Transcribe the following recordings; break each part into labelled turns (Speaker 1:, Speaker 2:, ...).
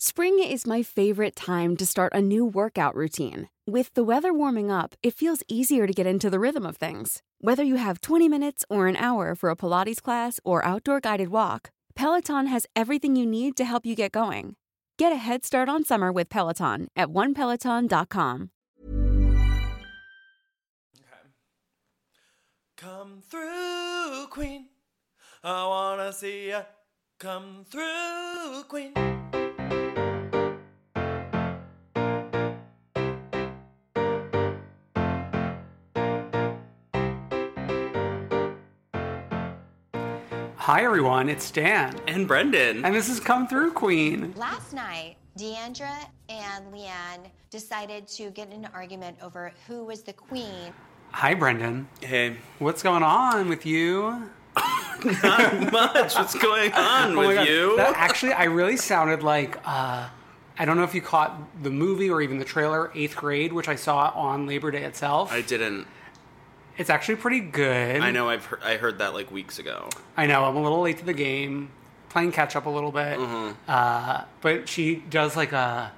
Speaker 1: Spring is my favorite time to start a new workout routine. With the weather warming up, it feels easier to get into the rhythm of things. Whether you have 20 minutes or an hour for a Pilates class or outdoor guided walk, Peloton has everything you need to help you get going. Get a head start on summer with Peloton at onepeloton.com.
Speaker 2: Come through, Queen. I wanna see ya. Come through, Queen.
Speaker 3: Hi, everyone. It's Dan.
Speaker 4: And Brendan.
Speaker 3: And this is Come Through Queen.
Speaker 5: Last night, Deandra and Leanne decided to get in an argument over who was the queen.
Speaker 3: Hi, Brendan.
Speaker 4: hey,
Speaker 3: What's going on with you?
Speaker 4: not much. What's going on
Speaker 3: Oh my
Speaker 4: with
Speaker 3: God.
Speaker 4: you?
Speaker 3: That actually, I really sounded like, uh, I don't know if you caught the movie or even the trailer, Eighth Grade, which I saw on Labor Day itself.
Speaker 4: I didn't.
Speaker 3: It's actually pretty good.
Speaker 4: I know. I've heard, I heard that like weeks ago.
Speaker 3: I know. I'm a little late to the game, playing catch up a little bit.
Speaker 4: Mm-hmm.
Speaker 3: Uh, but she does like a,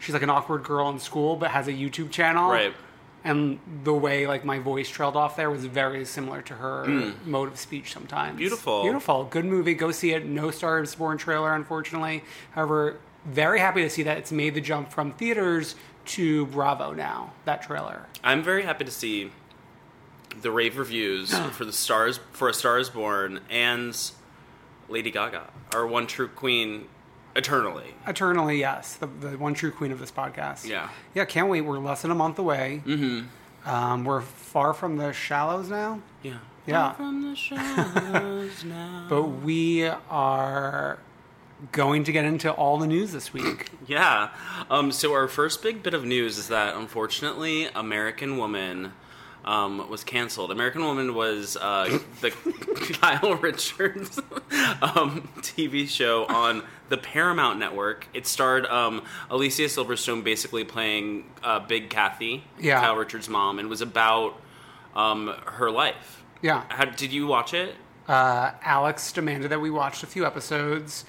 Speaker 3: she's like an awkward girl in school, but has a YouTube channel.
Speaker 4: Right.
Speaker 3: And the way like my voice trailed off there was very similar to her mode of speech sometimes.
Speaker 4: Mm. Beautiful.
Speaker 3: Beautiful. Good movie. Go see it. No Star is Born trailer, unfortunately. However, very happy to see that it's made the jump from theaters to Bravo now, that trailer.
Speaker 4: I'm very happy to see the rave reviews for the stars for a Star is Born and Lady Gaga, our one true queen, eternally.
Speaker 3: Eternally, yes. The, the one true queen of this podcast.
Speaker 4: Yeah.
Speaker 3: Yeah, can't wait. We're less than a month away. Mm-hmm. Um, we're far from the shallows now.
Speaker 4: Yeah.
Speaker 3: Yeah.
Speaker 4: From the shadows now.
Speaker 3: But we are going to get into all the news this week.
Speaker 4: Yeah. Um, so our first big bit of news is that unfortunately, American Woman um, was canceled. American Woman was uh, the Kyle Richards um, TV show on the Paramount Network. It starred um, Alicia Silverstone basically playing uh, Big Kathy,
Speaker 3: Yeah.
Speaker 4: Kyle Richards' mom, and was about um, her life.
Speaker 3: yeah.
Speaker 4: How, did you watch it?
Speaker 3: Uh, Alex demanded that we watched a few episodes.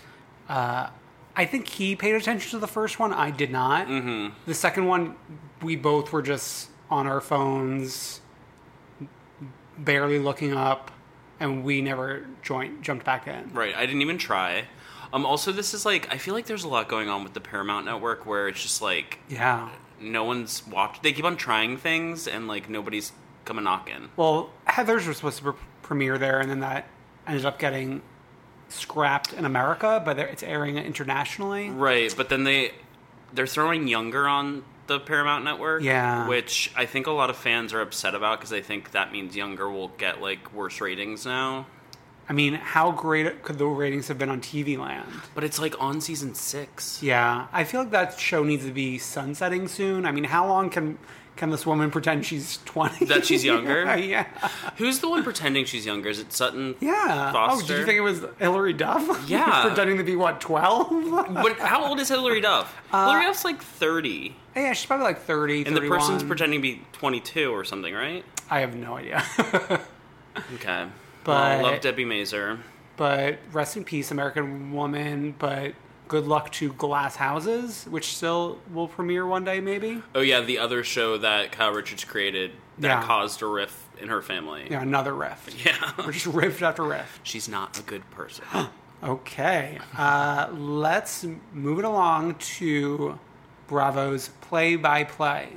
Speaker 3: Uh, I think he paid attention to the first one. I did not. Mm-hmm. The second one, we both were just on our phones, barely looking up, and we never joined, jumped back in.
Speaker 4: Right. I didn't even try. Um, also, this is like I feel like there's a lot going on with the Paramount Network where it's just like
Speaker 3: Yeah.
Speaker 4: no one's watched. They keep on trying things, and like nobody's coming knocking.
Speaker 3: Well, Heather's was supposed to pre- premiere there, and then that ended up getting scrapped in America, but they're- it's airing internationally.
Speaker 4: Right, but then they they're throwing younger on the Paramount Network.
Speaker 3: Yeah.
Speaker 4: which I think a lot of fans are upset about because they think that means younger will get like worse ratings now.
Speaker 3: I mean, how great could the ratings have been on TV land?
Speaker 4: But it's like on season six.
Speaker 3: Yeah, I feel like that show needs to be sunsetting soon. I mean, how long can can this woman pretend she's twenty?
Speaker 4: That she's younger?
Speaker 3: yeah.
Speaker 4: Who's the one pretending she's younger? Is it Sutton?
Speaker 3: Yeah.
Speaker 4: Foster.
Speaker 3: Oh, did you think it was Hillary Duff?
Speaker 4: Yeah.
Speaker 3: pretending to be what twelve?
Speaker 4: But how old is Hillary Duff?
Speaker 3: Uh,
Speaker 4: Hillary Duff's like thirty,
Speaker 3: yeah, she's probably like thirty.
Speaker 4: and the person's
Speaker 3: 31.
Speaker 4: pretending to be twenty-two or something, right?
Speaker 3: I have no idea.
Speaker 4: Okay.
Speaker 3: But-
Speaker 4: well, love Debbie Mazur.
Speaker 3: but rest in peace, American Woman. But good luck to Glass Houses, which still will premiere one day, maybe.
Speaker 4: Oh yeah, the other show that Kyle Richards created that
Speaker 3: Yeah.
Speaker 4: caused a rift in her family.
Speaker 3: Yeah, another rift. Yeah, we're just rift after rift.
Speaker 4: She's not a good person.
Speaker 3: Okay, uh, let's move it along to Bravo's Play by Play,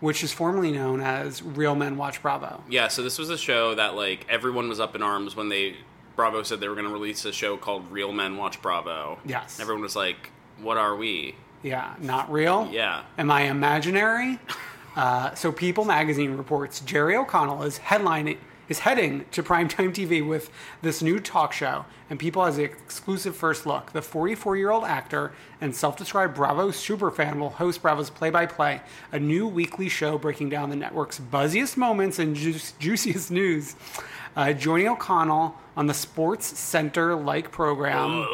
Speaker 3: which is formerly known as Real Men Watch Bravo.
Speaker 4: Yeah, so this was a show that like everyone was up in arms when they Bravo said they were going to release a show called Real Men Watch Bravo.
Speaker 3: Yes.
Speaker 4: Everyone was like, "What are we?"
Speaker 3: Yeah, not real.
Speaker 4: Yeah.
Speaker 3: Am I imaginary? Uh, so People magazine reports Jerry O'Connell is headlining is heading to primetime TV with this new talk show, and People has the exclusive first look. The 44 year old actor and self described Bravo superfan will host Bravo's Play by Play, a new weekly show breaking down the network's buzziest moments and ju- juiciest news. Uh, joining O'Connell on the Sports Center like program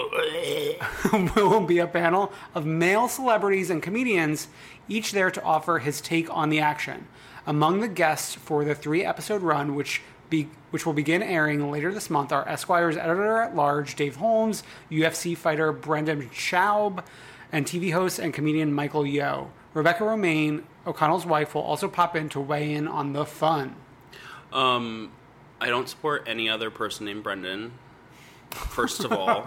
Speaker 3: will be a panel of male celebrities and comedians, each there to offer his take on the action. Among the guests for the three episode run, which be, which will begin airing later this month, are Esquire's editor at large, Dave Holmes, UFC fighter Brendan Schaub, and TV host and comedian Michael Yo. Rebecca Romaine, O'Connell's wife, will also pop in to weigh in on the fun.
Speaker 4: Um, I don't support any other person named Brendan. First of all,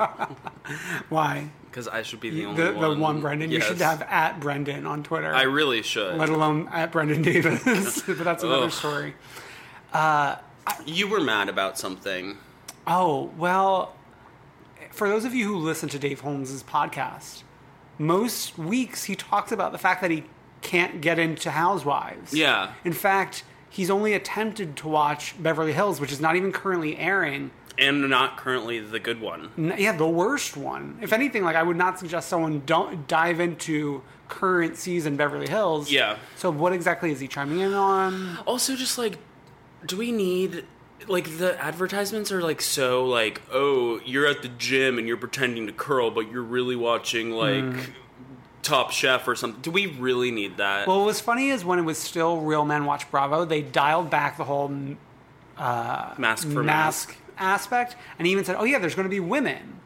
Speaker 3: Why?
Speaker 4: because I should be the only
Speaker 3: The,
Speaker 4: one.
Speaker 3: the one Brendan. You should
Speaker 4: Yes.
Speaker 3: have at Brendan on Twitter.
Speaker 4: I really should.
Speaker 3: let alone at Brendan Davis. but that's another
Speaker 4: Ugh.
Speaker 3: story.
Speaker 4: You were mad about something.
Speaker 3: Oh, well, for those of you who listen to Dave Holmes' podcast, most weeks he talks about the fact that he can't get into Housewives.
Speaker 4: Yeah.
Speaker 3: In fact, he's only attempted to watch Beverly Hills, which is not even currently airing.
Speaker 4: and not currently the good one.
Speaker 3: N- Yeah, the worst one. If anything, like I would not suggest someone don't dive into current season Beverly Hills.
Speaker 4: Yeah.
Speaker 3: So what exactly is he chiming in on?
Speaker 4: Also, just like, do we need like the advertisements are like so like oh you're at the gym and you're pretending to curl but you're really watching like
Speaker 3: Hmm.
Speaker 4: Top Chef or something. Do we really need that?
Speaker 3: Well, what was funny is when it was still Real Men Watch Bravo, they dialed back the whole uh,
Speaker 4: mask for mask.
Speaker 3: mask aspect and even said oh yeah there's going to be women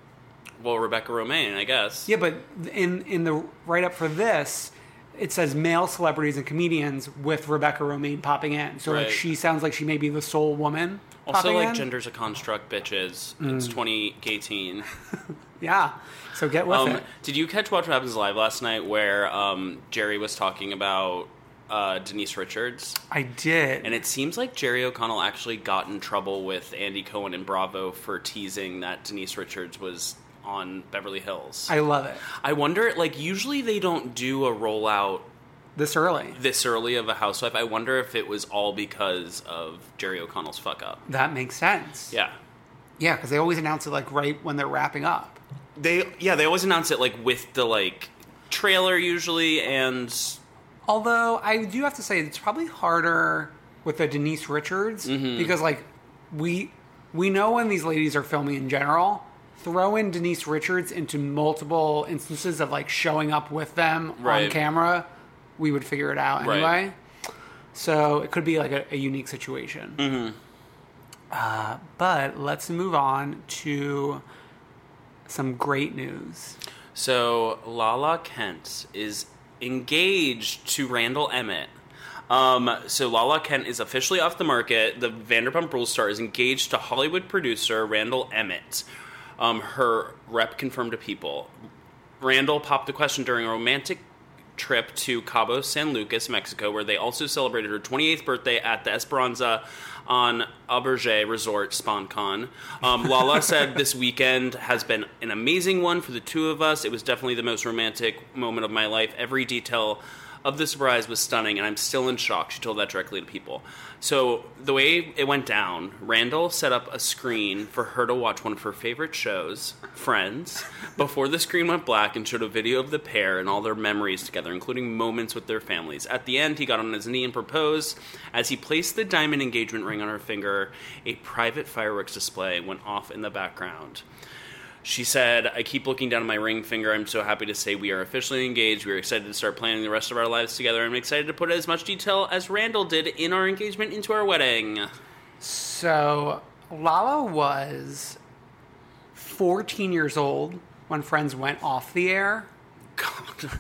Speaker 4: Well, Rebecca Romaine, I guess.
Speaker 3: yeah but in in the write up for this it says male celebrities and comedians with rebecca romaine popping in so like
Speaker 4: Right.
Speaker 3: she sounds like she may be the sole woman
Speaker 4: Also,
Speaker 3: popping
Speaker 4: like
Speaker 3: in.
Speaker 4: gender's a construct, bitches.
Speaker 3: Hmm.
Speaker 4: It's 2018.
Speaker 3: yeah so get with
Speaker 4: Um,
Speaker 3: it
Speaker 4: did you catch Watch What Happens Live last night, where um, Jerry was talking about uh, Denise Richards?
Speaker 3: i did
Speaker 4: And it seems like Jerry O'Connell actually got in trouble with Andy Cohen and Bravo for teasing that Denise Richards was on Beverly Hills. I,
Speaker 3: i love it
Speaker 4: wonder, like, usually they don't do a rollout
Speaker 3: this early
Speaker 4: this early of a housewife. I wonder if it was all because of Jerry O'Connell's fuck up.
Speaker 3: that makes sense
Speaker 4: Yeah.
Speaker 3: yeah because they always announce it like right when they're wrapping up
Speaker 4: They, yeah, they always announce it, like, with the, like, trailer usually, and
Speaker 3: Although I do have to say it's probably harder with the Denise Richards
Speaker 4: Mm-hmm.
Speaker 3: because like we we know when these ladies are filming in general. Throw in Denise Richards into multiple instances of like showing up with them on
Speaker 4: Right.
Speaker 3: camera, we would figure it out
Speaker 4: Right.
Speaker 3: anyway. So it could be like a, a unique situation.
Speaker 4: Mm-hmm.
Speaker 3: Uh, but let's move on to some great news.
Speaker 4: So Lala Kent is engaged to Randall Emmett. Um, so Lala Kent is officially off the market. The Vanderpump Rules star is engaged to Hollywood producer Randall Emmett. Um, her rep confirmed to People. Randall popped the question during a romantic trip to Cabo San Lucas, Mexico, where they also celebrated her 28th birthday at the Esperanza on Auberge Resort SponCon. Um, Lala said this weekend has been an amazing one for the two of us. It was definitely the most romantic moment of my life. Every detail of the surprise was stunning, and I'm still in shock. She told that directly to people. So the way it went down, Randall set up a screen for her to watch one of her favorite shows, Friends, before the screen went black and showed a video of the pair and all their memories together, including moments with their families. At the end, he got on his knee and proposed. As he placed the diamond engagement ring on her finger, a private fireworks display went off in the background. She said, I keep looking down at my ring finger. I'm so happy to say we are officially engaged. We are excited to start planning the rest of our lives together. I'm excited to put as much detail as Randall did in our engagement into our wedding.
Speaker 3: So Lala was 14 years old when Friends went off the air.
Speaker 4: Wait,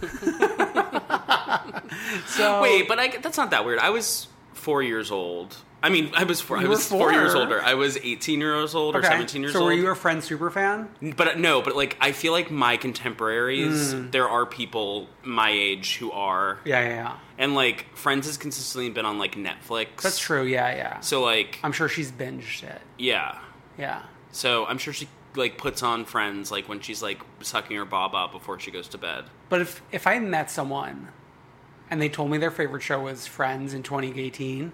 Speaker 4: but I, that's not that weird. I was four years old I mean, I was four. I
Speaker 3: You were
Speaker 4: was
Speaker 3: four.
Speaker 4: four. years older. I was eighteen years old or seventeen years
Speaker 3: so
Speaker 4: old.
Speaker 3: were you a friend super fan?
Speaker 4: But uh, no, but like I feel like my contemporaries, there are people my age who are,
Speaker 3: Hmm. Yeah, yeah, yeah.
Speaker 4: and like Friends has consistently been on like Netflix.
Speaker 3: That's true. Yeah, yeah.
Speaker 4: So like,
Speaker 3: I'm sure she's binged it.
Speaker 4: yeah.
Speaker 3: Yeah.
Speaker 4: So I'm sure she like puts on Friends like when she's like sucking her bob out before she goes to bed.
Speaker 3: But if if I met someone and they told me their favorite show was Friends in 2018,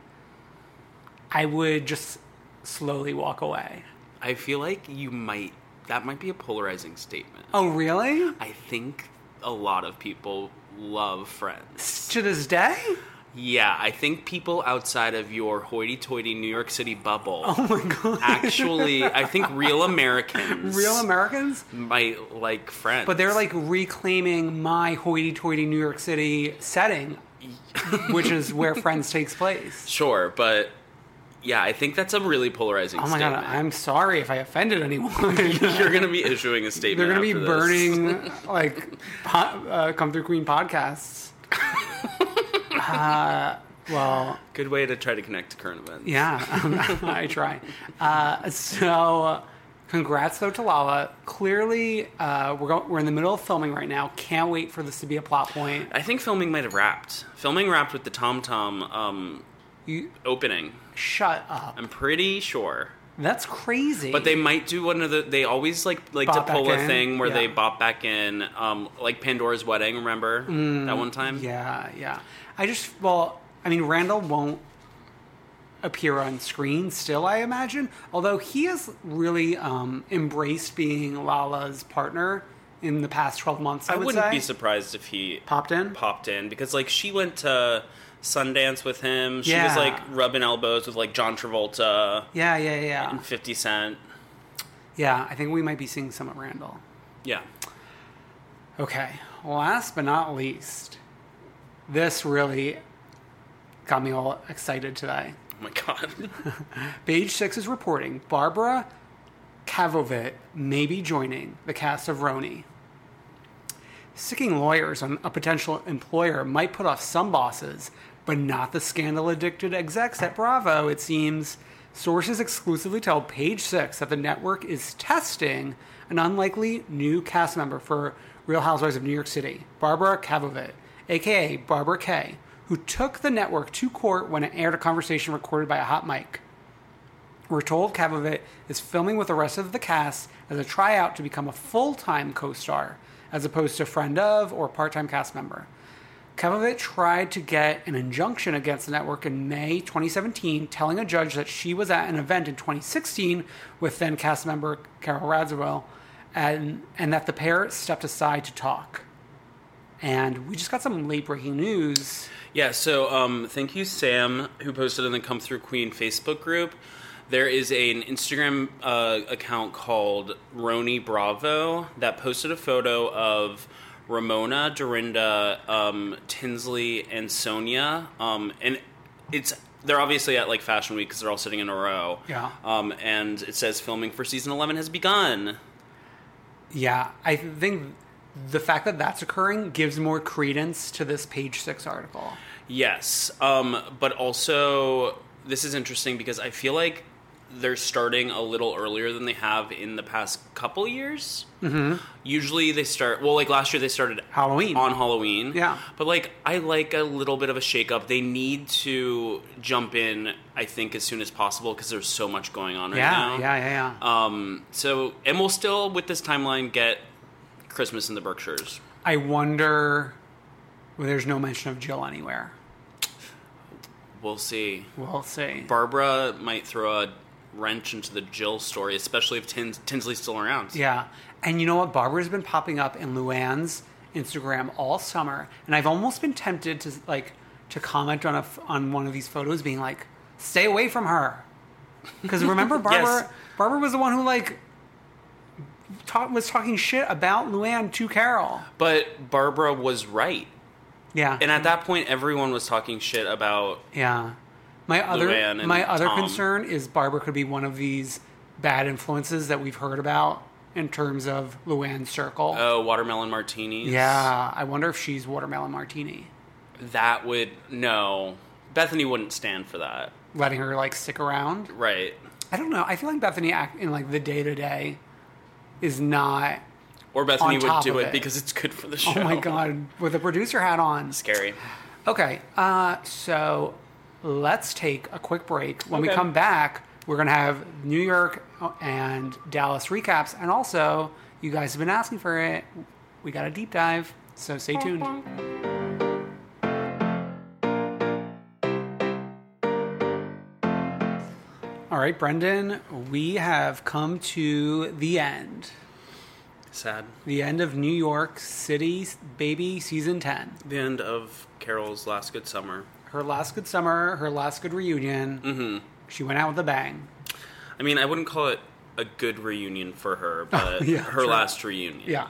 Speaker 3: I would just slowly walk away.
Speaker 4: I feel like you might. That might be a polarizing statement.
Speaker 3: Oh, really?
Speaker 4: I think a lot of people love Friends.
Speaker 3: To this day?
Speaker 4: Yeah, I think people outside of your hoity-toity New York City bubble. Oh my god! Actually, I think real Americans,
Speaker 3: Real Americans?
Speaker 4: might like Friends,
Speaker 3: But they're like reclaiming my hoity-toity New York City setting, which is where Friends takes place.
Speaker 4: sure, but yeah, I think that's a really polarizing.
Speaker 3: Oh my god,
Speaker 4: statement.
Speaker 3: I'm sorry if I offended anyone.
Speaker 4: You're gonna be issuing a statement.
Speaker 3: They're gonna be
Speaker 4: after this.
Speaker 3: burning like po- uh, come through Queen podcasts. uh, well,
Speaker 4: Good way to try to connect to current events.
Speaker 3: yeah, I try. Uh, so, congrats though to Lala. Clearly, uh, we're go- we're in the middle of filming right now. Can't wait for this to be a plot point.
Speaker 4: I think filming might have wrapped. Filming wrapped with the Tom Tom um,
Speaker 3: You
Speaker 4: opening.
Speaker 3: shut up.
Speaker 4: I'm pretty sure.
Speaker 3: That's crazy.
Speaker 4: But they might do one of the. They always like like
Speaker 3: Bop
Speaker 4: to
Speaker 3: back
Speaker 4: pull a
Speaker 3: in,
Speaker 4: thing where they
Speaker 3: yeah.
Speaker 4: bop back in, um, like Pandora's wedding. Remember that one time?
Speaker 3: Mm, Yeah, yeah. I just well, I mean, Randall won't appear on screen still, I imagine. Although he has really um, embraced being Lala's partner in the past twelve months. I,
Speaker 4: I
Speaker 3: would
Speaker 4: wouldn't
Speaker 3: say.
Speaker 4: be surprised if he
Speaker 3: Popped in?
Speaker 4: Popped in because like she went to Sundance with him. She
Speaker 3: Yeah.
Speaker 4: was like rubbing elbows with like John Travolta,
Speaker 3: Yeah, yeah, yeah,
Speaker 4: Fifty Cent.
Speaker 3: yeah. I think we might be seeing some of Randall.
Speaker 4: Yeah, Oh
Speaker 3: Okay. Last but not least, this really got me all excited today.
Speaker 4: oh my god,
Speaker 3: Page Six is reporting Barbara Kavovit may be joining the cast of Roni. Sicking lawyers on a potential employer might put off some bosses, but not the scandal addicted execs at Bravo, it seems. Sources exclusively tell Page Six that the network is testing an unlikely new cast member for Real Housewives of New York City, Barbara Kavovit, aka Barbara K, who took the network to court when it aired a conversation recorded by a hot mic. We're told Kavovit is filming with the rest of the cast as a tryout to become a full time co star, as opposed to friend of or part time cast member. Kavovit tried to get an injunction against the network in May 2017, telling a judge that she was at an event in 2016 with then cast member Carol Radziwill, and, and that the pair stepped aside to talk. And we just got some late breaking news.
Speaker 4: yeah. So um, thank you, Sam, who posted in the Come Through Queen Facebook group. There is an Instagram uh, account called Roni Bravo that posted a photo of Ramona, Dorinda, um, Tinsley, and Sonia, um, and it's they're obviously at like Fashion Week because they're all sitting in a row.
Speaker 3: Yeah.
Speaker 4: Um, and it says filming for season eleven has begun.
Speaker 3: Yeah, I think the fact that that's occurring gives more credence to this page six article.
Speaker 4: Yes, um, but also this is interesting because I feel like they're starting a little earlier than they have in the past couple years. Mm-hmm. Usually they start well, like last year they started
Speaker 3: Halloween.
Speaker 4: on Halloween.
Speaker 3: Yeah.
Speaker 4: but like I like a little bit of a shakeup. They need to jump in, I think, as soon as possible because there's so much going on right now.
Speaker 3: yeah, yeah, yeah, yeah.
Speaker 4: Um, so and we'll still with this timeline get Christmas in the Berkshires.
Speaker 3: I wonder. Well, there's no mention of Jill anywhere.
Speaker 4: We'll see.
Speaker 3: We'll see.
Speaker 4: Barbara might throw a wrench into the Jill story, especially if Tins- Tinsley's still around.
Speaker 3: yeah, and you know what? Barbara's been popping up in Luann's Instagram all summer, and I've almost been tempted to like to comment on a f on one of these photos, being like, "Stay away from her," because remember Barbara. Barbara was the one who like. Talk, was talking shit about Luann to Carol.
Speaker 4: But Barbara was right.
Speaker 3: Yeah.
Speaker 4: And at that point, everyone was talking shit about.
Speaker 3: yeah. My other
Speaker 4: Luann and
Speaker 3: my other
Speaker 4: Tom.
Speaker 3: concern is Barbara could be one of these bad influences that we've heard about in terms of Luann's circle.
Speaker 4: Oh, watermelon martinis.
Speaker 3: yeah, I wonder if she's watermelon martini.
Speaker 4: That would. No. Bethany wouldn't stand for that.
Speaker 3: letting her like stick around.
Speaker 4: Right.
Speaker 3: I don't know. I feel like Bethany act in like the day to day is not.
Speaker 4: Or Bethany
Speaker 3: On
Speaker 4: would
Speaker 3: top of
Speaker 4: do it,
Speaker 3: it.
Speaker 4: because it's good for the show.
Speaker 3: Oh my god, with a producer hat on.
Speaker 4: Scary.
Speaker 3: Okay, uh, so let's take a quick break. When we
Speaker 4: Okay.
Speaker 3: come back, we're going to have New York and Dallas recaps. And also, you guys have been asking for it. We got a deep dive, so stay tuned. All right, Brendan, we have come to the end.
Speaker 4: Sad.
Speaker 3: The end of New York City Baby Season 10.
Speaker 4: The end of Carol's last good summer.
Speaker 3: her last good summer, her last good reunion. Mm-hmm. She went out with a bang.
Speaker 4: I mean, I wouldn't call it a good reunion for her, but
Speaker 3: Oh, yeah,
Speaker 4: her
Speaker 3: true.
Speaker 4: last reunion.
Speaker 3: Yeah.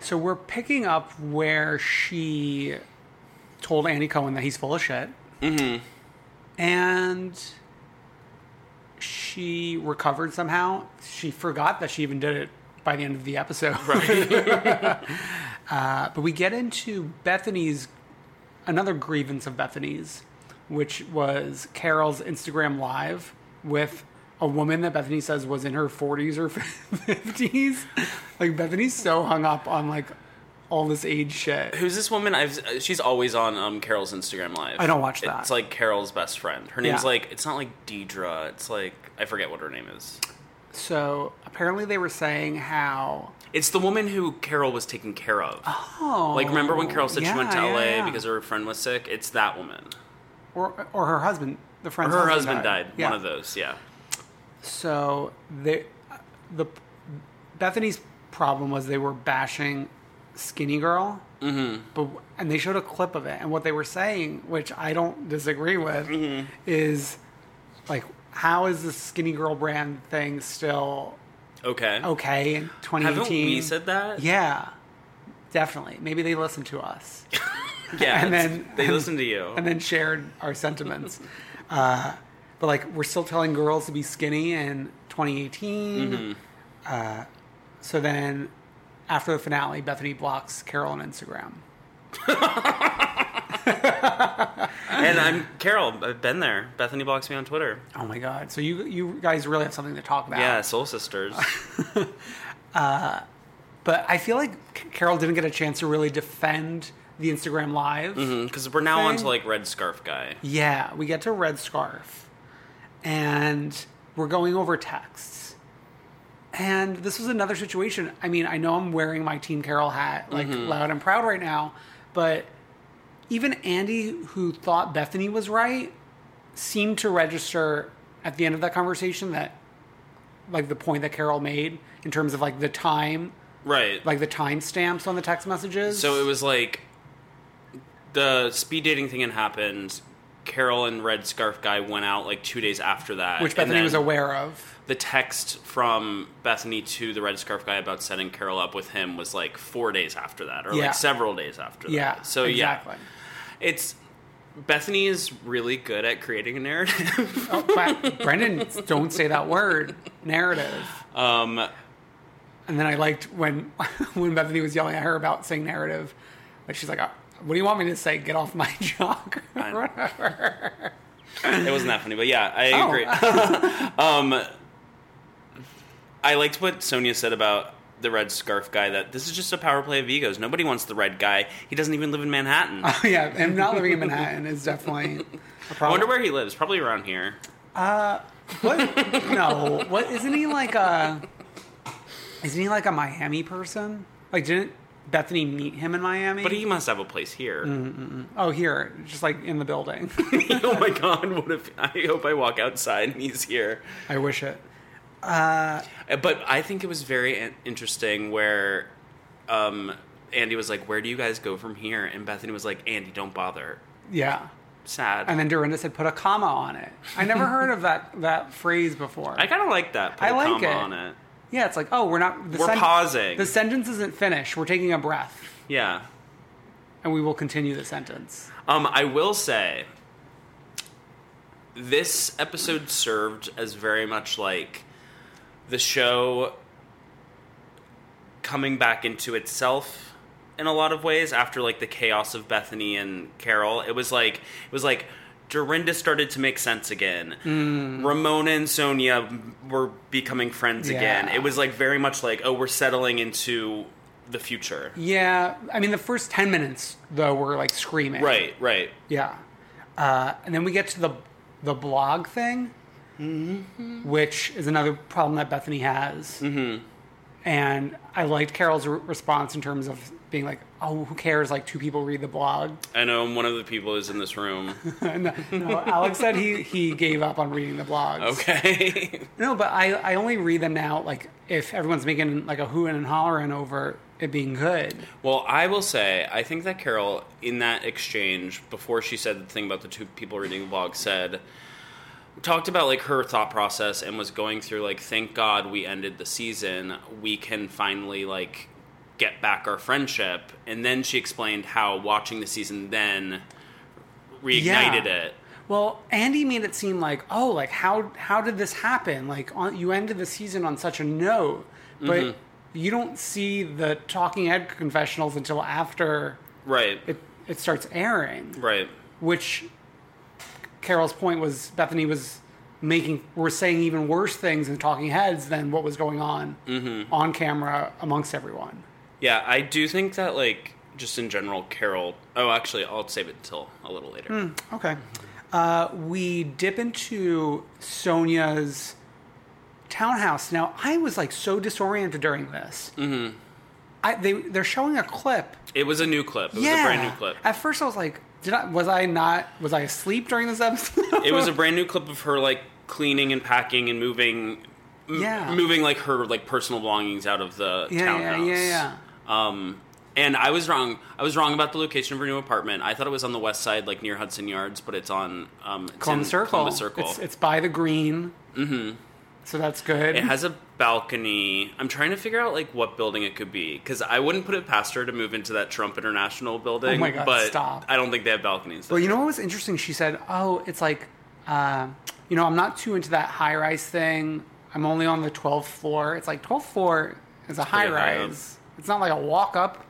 Speaker 3: So we're picking up where she told Andy Cohen that he's full of shit. Mm-hmm. And she recovered somehow. She forgot that she even did it by the end of the episode. Right. uh, but we get into Bethany's, another grievance of Bethany's, which was Carol's Instagram Live with a woman that Bethany says was in her 40s or 50s. Like, Bethany's so hung up on, like, all this age shit.
Speaker 4: Who's this woman? I've uh, she's always on um, Carol's Instagram live.
Speaker 3: I don't watch that.
Speaker 4: It's like Carol's best friend. Her name's
Speaker 3: Yeah.
Speaker 4: like it's not like Deidre. It's like I forget what her name is.
Speaker 3: So apparently they were saying how
Speaker 4: It's the woman who Carol was taking care of. Oh, like remember when Carol said she
Speaker 3: yeah,
Speaker 4: went to
Speaker 3: yeah,
Speaker 4: LA
Speaker 3: yeah.
Speaker 4: because her friend was sick? It's that woman.
Speaker 3: or or her husband, the
Speaker 4: Or
Speaker 3: friend's
Speaker 4: her husband died.
Speaker 3: Yeah.
Speaker 4: One of those. Yeah.
Speaker 3: So they, the Bethany's problem was they were bashing Skinny Girl, mm-hmm. but and they showed a clip of it, and what they were saying, which I don't disagree with,
Speaker 4: Mm-hmm.
Speaker 3: is like how is the Skinny Girl brand thing still
Speaker 4: Okay.
Speaker 3: okay in 2018?
Speaker 4: Haven't we said that?
Speaker 3: Yeah, definitely. Maybe they listened to us.
Speaker 4: Yeah.
Speaker 3: and
Speaker 4: it's-
Speaker 3: then
Speaker 4: they
Speaker 3: and-
Speaker 4: listen to you.
Speaker 3: and then shared our sentiments uh, but like we're still telling girls to be skinny in 2018 uh, so then after the finale bethany blocks carol on instagram
Speaker 4: and I'm Carol. I've been there. Bethany blocks me on Twitter.
Speaker 3: oh my god so you you guys really have something to talk about
Speaker 4: Yeah, Soul Sisters.
Speaker 3: but i feel like C- carol didn't get a chance to really defend the instagram live
Speaker 4: Because we're now on to
Speaker 3: Thing.
Speaker 4: like Red Scarf Guy.
Speaker 3: Yeah, we get to Red Scarf and we're going over texts. And this was another situation. I mean, I know I'm wearing my Team Carol hat, like
Speaker 4: Mm-hmm.
Speaker 3: loud and proud right now, but even Andy, who thought Bethany was right, seemed to register at the end of that conversation that, like, the point that Carol made in terms of, like, the time,
Speaker 4: Right.
Speaker 3: like, the time stamps on the text messages.
Speaker 4: So it was like the speed dating thing had happened. Carol and Red Scarf Guy went out like two days after that.
Speaker 3: which
Speaker 4: and
Speaker 3: Bethany
Speaker 4: then
Speaker 3: was aware of.
Speaker 4: The text from Bethany to the Red Scarf Guy about setting Carol up with him was like four days after that, or
Speaker 3: Yeah.
Speaker 4: like several days after
Speaker 3: Yeah.
Speaker 4: that. So
Speaker 3: exactly.
Speaker 4: yeah, it's Bethany is really good at creating a narrative.
Speaker 3: Oh, but Brendan, don't say that word. Narrative.
Speaker 4: um,
Speaker 3: And then I liked when when Bethany was yelling at her about saying narrative, but she's like, "Uh, "What do you want me to say? Get off my jock."
Speaker 4: I know. it wasn't that funny, but yeah, I
Speaker 3: Oh.
Speaker 4: agree. um, I liked what Sonia said about the red scarf guy. That this is just a power play of egos. Nobody wants the red guy. He doesn't even live in Manhattan. I
Speaker 3: Oh, yeah, and not living in Manhattan is definitely a problem.
Speaker 4: wonder where he lives. Probably around here.
Speaker 3: what? No, what isn't he like a? Isn't he like a Miami person? Like, didn't Bethany meet him in Miami?
Speaker 4: But he must have a place here.
Speaker 3: oh, here, just like in the building.
Speaker 4: oh my god! What if I hope I walk outside and he's here?
Speaker 3: I wish it.
Speaker 4: Uh, But I think it was very in- interesting where um, Andy was like, "Where do you guys go from here?" And Bethany was like, "Andy, don't bother."
Speaker 3: Yeah.
Speaker 4: Sad.
Speaker 3: And then Dorinda said, "Put a comma on it." I never heard of that that phrase before.
Speaker 4: I kind of like that. Put
Speaker 3: I
Speaker 4: a
Speaker 3: like
Speaker 4: comma
Speaker 3: it.
Speaker 4: on it.
Speaker 3: Yeah, it's like, oh, we're not. The
Speaker 4: We're pausing.
Speaker 3: The sentence isn't finished. We're taking a breath,
Speaker 4: Yeah.
Speaker 3: and we will continue the sentence.
Speaker 4: Um, I will say this episode served as very much like the show coming back into itself in a lot of ways after like the chaos of Bethany and Carol. It was like it was like Dorinda started to make sense again.
Speaker 3: Mm.
Speaker 4: Ramona and Sonia were becoming friends again.
Speaker 3: Yeah.
Speaker 4: It was like very much like oh we're settling into the future.
Speaker 3: Yeah, I mean the first ten minutes though were like screaming.
Speaker 4: Right, right.
Speaker 3: Yeah, uh, and then we get to the the blog thing,
Speaker 4: Mm-hmm.
Speaker 3: which is another problem that Bethany has. Mm-hmm. And I liked Carol's re- response in terms of being like, "Oh, who cares? Like two people read the blog."
Speaker 4: I know I'm one of the people who's in this room.
Speaker 3: no, no, Alex said he he gave up on reading the blogs.
Speaker 4: Okay.
Speaker 3: No, but I I only read them now. Like if everyone's making like a hooing and hollering over it being good.
Speaker 4: Well, I will say, I think that Carol, in that exchange, before she said the thing about the two people reading the blog, said, talked about like her thought process and was going through like, thank God we ended the season. We can finally like get back our friendship. And then she explained how watching the season then reignited
Speaker 3: Yeah.
Speaker 4: it.
Speaker 3: Well, Andy made it seem like, oh, like how how did this happen? Like on, you ended the season on such a note, but you don't see the talking head confessionals until after
Speaker 4: Right.
Speaker 3: it it starts airing.
Speaker 4: right.
Speaker 3: Which Carol's point was Bethany was making were saying even worse things in talking heads than what was going on
Speaker 4: Mm-hmm.
Speaker 3: on camera amongst everyone.
Speaker 4: Yeah, I do think that like just in general, Carol. Oh, actually, I'll save it until a little later.
Speaker 3: Okay. Uh, we dip into Sonia's townhouse. Now, I was like so disoriented during this. Mm-hmm. I, they they're showing a clip.
Speaker 4: It was a new clip. It was
Speaker 3: yeah.
Speaker 4: a brand new clip.
Speaker 3: At first, I was like, did I was I not was I asleep during this episode?
Speaker 4: It was a brand new clip of her like cleaning and packing and moving, m-
Speaker 3: Yeah.
Speaker 4: moving like her like personal belongings out of the
Speaker 3: yeah, yeah,
Speaker 4: townhouse.
Speaker 3: yeah, yeah.
Speaker 4: Um, and I was wrong. I was wrong about the location of her new apartment. I thought it was on the west side, like near Hudson Yards, but it's on um, it's
Speaker 3: Columbus
Speaker 4: in
Speaker 3: Circle.
Speaker 4: Columbus Circle.
Speaker 3: It's, it's by the green. Mm-hmm. So that's good.
Speaker 4: it has a balcony. I'm trying to figure out like what building it could be because I wouldn't put it past her to move into that Trump International building.
Speaker 3: Oh my God,
Speaker 4: But
Speaker 3: stop.
Speaker 4: I don't think they have balconies. There.
Speaker 3: Well, you know what was interesting? She said, "Oh, it's like, uh, you know, I'm not too into that high rise thing. I'm only on the 12th floor. It's like 12th floor is a high
Speaker 4: pretty high up.
Speaker 3: rise. It's not like a walk up.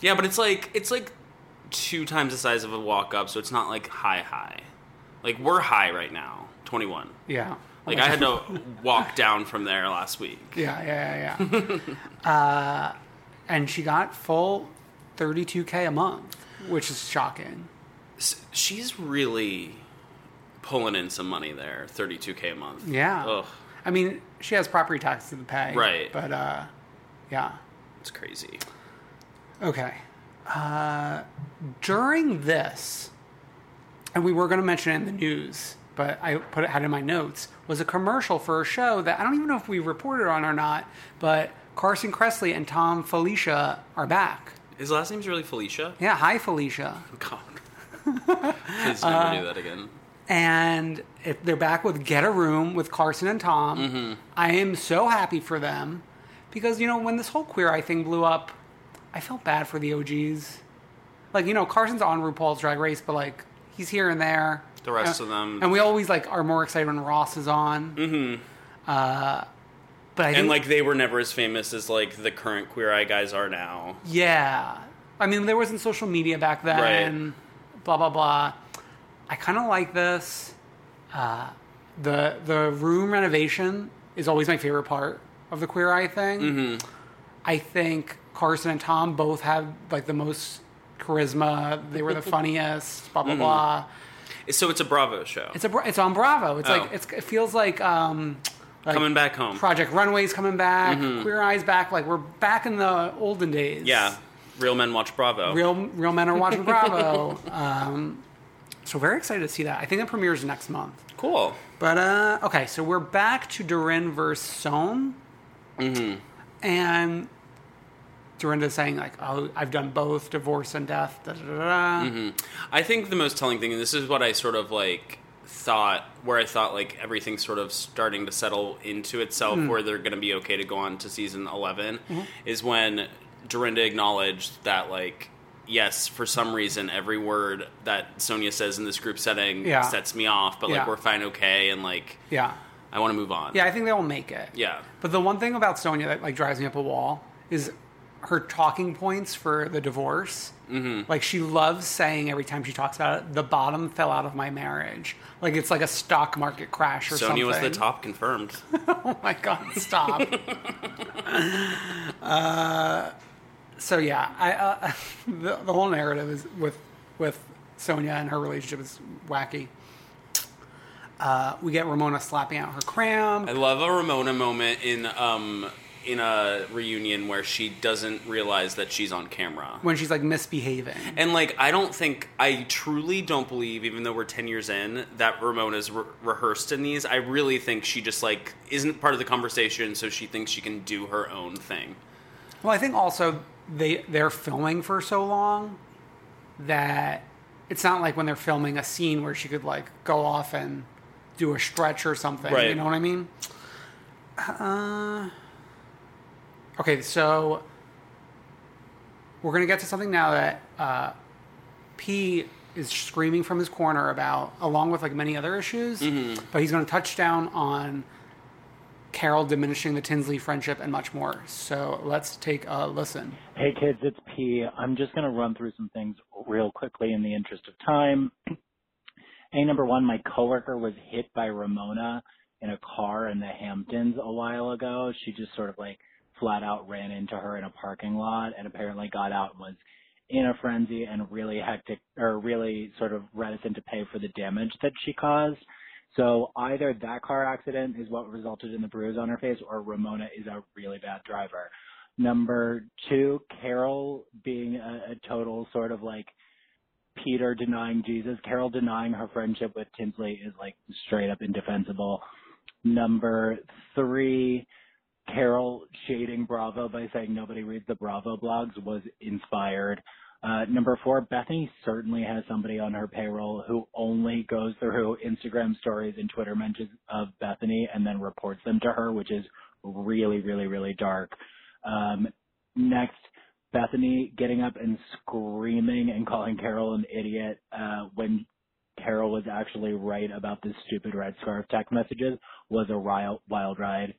Speaker 4: Yeah, but it's like it's like two times the size of a walk up, so it's not like high high. Like we're high right now, twenty one.
Speaker 3: Yeah,
Speaker 4: Like I had to walk down from there last week.
Speaker 3: yeah, yeah, yeah. yeah. uh, and she got full 32k a month, which is shocking.
Speaker 4: S- She's really pulling in some money there, thirty two k a month.
Speaker 3: Yeah.
Speaker 4: Ugh,
Speaker 3: I mean, she has property taxes to pay,
Speaker 4: Right.
Speaker 3: But uh, yeah."
Speaker 4: it's crazy.
Speaker 3: Okay. Uh, during this, and we were going to mention it in the news, but I put it had it in my notes was a commercial for a show that I don't even know if we reported on or not. But Carson Kressley and Tom Felicia are back.
Speaker 4: His last name's really Felicia.
Speaker 3: Yeah, hi Felicia,
Speaker 4: God. Please never do that again.
Speaker 3: and it, they're back with Get a Room with Carson and Tom.
Speaker 4: Mm-hmm.
Speaker 3: I am so happy for them because you know when this whole queer eye thing blew up, I felt bad for the OGs. Like you know, Carson's on RuPaul's Drag Race, but like he's here and there.
Speaker 4: The rest
Speaker 3: And-
Speaker 4: of them-
Speaker 3: and we always like are more excited when Ross is on. Mm-hmm. Uh, but I think,
Speaker 4: And like they were never as famous as like the current queer eye guys are now.
Speaker 3: yeah, I mean there wasn't social media back then. Blah blah blah. I kind of like this. Uh, the the room renovation is always my favorite part of the queer eye thing.
Speaker 4: Mm-hmm.
Speaker 3: I think Carson and Tom both have like the most charisma. They were the funniest. Blah blah
Speaker 4: Mm-hmm.
Speaker 3: blah.
Speaker 4: So it's a Bravo show.
Speaker 3: It's a Bra- it's on Bravo. It's
Speaker 4: Oh.
Speaker 3: like it's, it feels like um, like
Speaker 4: Coming back home.
Speaker 3: Project Runway's coming back. Queer Eyes back. Like we're back in the olden days.
Speaker 4: Mm-hmm. yeah. Real men watch Bravo.
Speaker 3: Real real men are watching Bravo. um, so very excited to see that. I think it premieres next month.
Speaker 4: Cool.
Speaker 3: But uh, okay, so we're back to Dorin versus Soam, mm-hmm. and Dorinda's saying like, "Oh, I've done both divorce and death." Da, da, da, da.
Speaker 4: I think the most telling thing, and this is what I sort of like thought, where I thought like everything's sort of starting to settle into itself,
Speaker 3: Hmm.
Speaker 4: where they're going to be okay to go on to season 11,
Speaker 3: Mm-hmm.
Speaker 4: is when Dorinda acknowledged that, like, yes, for some reason, every word that Sonia says in this group setting
Speaker 3: Yeah.
Speaker 4: sets me off, but like,
Speaker 3: Yeah.
Speaker 4: we're fine, okay, and like,
Speaker 3: Yeah,
Speaker 4: I want to move on.
Speaker 3: yeah, I think they will make it.
Speaker 4: Yeah.
Speaker 3: But the one thing about Sonya that like drives me up a wall is her talking points for the divorce. Mm-hmm. Like she loves saying every time she talks about it, the bottom fell out of my marriage. Like it's like a stock market crash or something.
Speaker 4: Sonya was the top confirmed.
Speaker 3: Oh my god, stop. uh, so yeah, I, uh, the, the whole narrative is with with Sonia and her relationship is wacky. Uh, we get Ramona slapping out her cram.
Speaker 4: I love a Ramona moment in um in a reunion where she doesn't realize that she's on camera.
Speaker 3: when she's like misbehaving.
Speaker 4: And like, I don't think I truly don't believe, even though we're ten years in, that Ramona's re- rehearsed in these. I really think she just like isn't part of the conversation, so she thinks she can do her own thing.
Speaker 3: Well, I think also they they're filming for so long that it's not like when they're filming a scene where she could like go off and do a stretch or something. You
Speaker 4: Right.
Speaker 3: know what I mean? Uh, okay, so we're gonna get to something now that uh, P is screaming from his corner about, along with like many other issues. But he's gonna touch down on Carol diminishing the Tinsley friendship and much more. So let's take a listen.
Speaker 6: Hey kids, it's P. I'm just going to run through some things real quickly in the interest of time. A number one, my coworker was hit by Ramona in a car in the Hamptons a while ago. She just sort of like flat out ran into her in a parking lot and apparently got out and was in a frenzy and really hectic or really sort of reticent to pay for the damage that she caused. So either that car accident is what resulted in the bruise on her face or Ramona is a really bad driver. Number two, Carol being a, a total sort of like Peter denying Jesus, Carol denying her friendship with Tinsley is like straight up indefensible. Number three, Carol shading Bravo by saying nobody reads the Bravo blogs was inspired. Uh, number four, Bethany certainly has somebody on her payroll who only goes through Instagram stories and Twitter mentions of Bethany and then reports them to her, which is really, really, really dark. Um, next, Bethany getting up and screaming and calling Carol an idiot uh, when Carol was actually right about the stupid red scarf text messages was a wild, wild ride.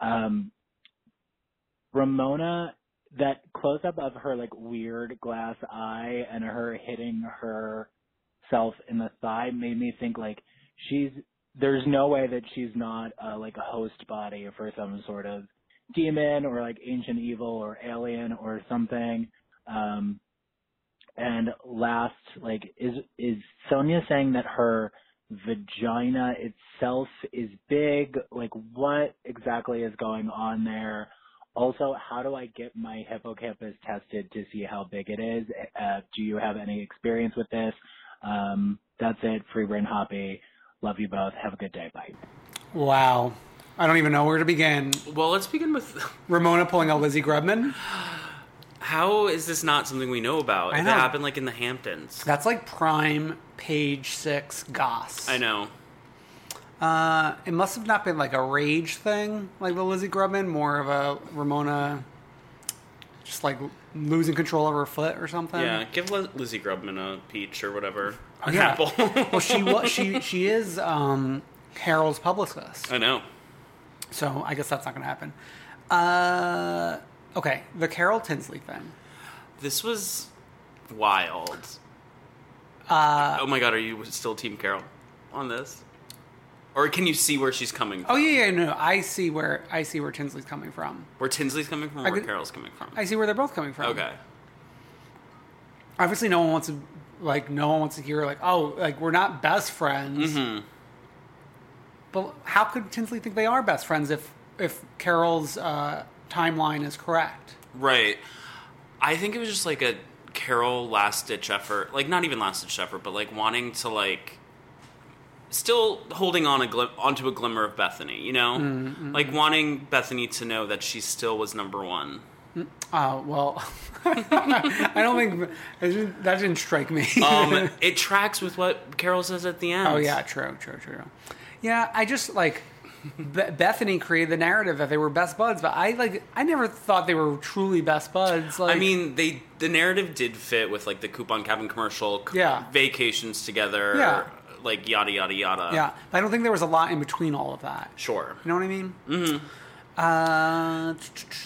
Speaker 6: Um, Ramona, that close up of her like weird glass eye and her hitting herself in the thigh made me think like she's there's no way that she's not uh, like a host body for some sort of demon or like ancient evil or alien or something. Um, and last, like, is is Sonia saying that her vagina itself is big? Like, what exactly is going on there? Also, how do I get my hippocampus tested to see how big it is? Uh, do you have any experience with this? Um, that's it. Free brain hobby. Love you both. Have a good day. Bye.
Speaker 3: Wow. I don't even know where to begin.
Speaker 4: Well, let's begin with
Speaker 3: Ramona pulling a Lizzie Grubman.
Speaker 4: how is this not something we know about?
Speaker 3: I
Speaker 4: It
Speaker 3: know.
Speaker 4: happened like in the Hamptons.
Speaker 3: That's like prime page six goss.
Speaker 4: I know.
Speaker 3: Uh, it must have not been like a rage thing, like the Lizzie Grubman, more of a Ramona just like losing control of her foot or something.
Speaker 4: Yeah, give Liz- Lizzie Grubman a peach or whatever. An
Speaker 3: Yeah.
Speaker 4: apple.
Speaker 3: well, she was she she is um, Carol's publicist.
Speaker 4: I know.
Speaker 3: So I guess that's not going to happen. Uh, okay, the Carol Tinsley thing.
Speaker 4: This was wild. Uh, oh my god, are you still Team Carol on this? Or can you see where she's coming from?
Speaker 3: Oh yeah, yeah, no, I see where I see where Tinsley's coming from.
Speaker 4: Where Tinsley's coming from, or where
Speaker 3: could-
Speaker 4: Carol's coming from?
Speaker 3: I see where they're both coming from.
Speaker 4: okay.
Speaker 3: Obviously, no one wants to like no one wants to hear like oh like we're not best friends.
Speaker 4: Mm-hmm.
Speaker 3: But how could Tinsley think they are best friends if if Carol's uh, timeline is correct?
Speaker 4: Right. I think it was just like a Carol last ditch effort. Like, not even last ditch effort, but like wanting to, like, still holding on a glim- onto a glimmer of Bethany, you know?
Speaker 3: Mm-hmm.
Speaker 4: Like, wanting Bethany to know that she still was number one.
Speaker 3: Uh, well, I don't think that didn't, that didn't strike me.
Speaker 4: Um, it tracks with what Carol says at the end.
Speaker 3: Oh yeah, true, true, true. Yeah, I just like Be- Bethany created the narrative that they were best buds, but I like I never thought they were truly best buds. Like,
Speaker 4: I mean, they the narrative did fit with like the coupon cabin commercial, c-
Speaker 3: Yeah.
Speaker 4: vacations together,
Speaker 3: Yeah.
Speaker 4: like yada yada yada.
Speaker 3: yeah, I don't think there was a lot in between all of that.
Speaker 4: sure.
Speaker 3: You know what I mean? Mm-hmm. Uh,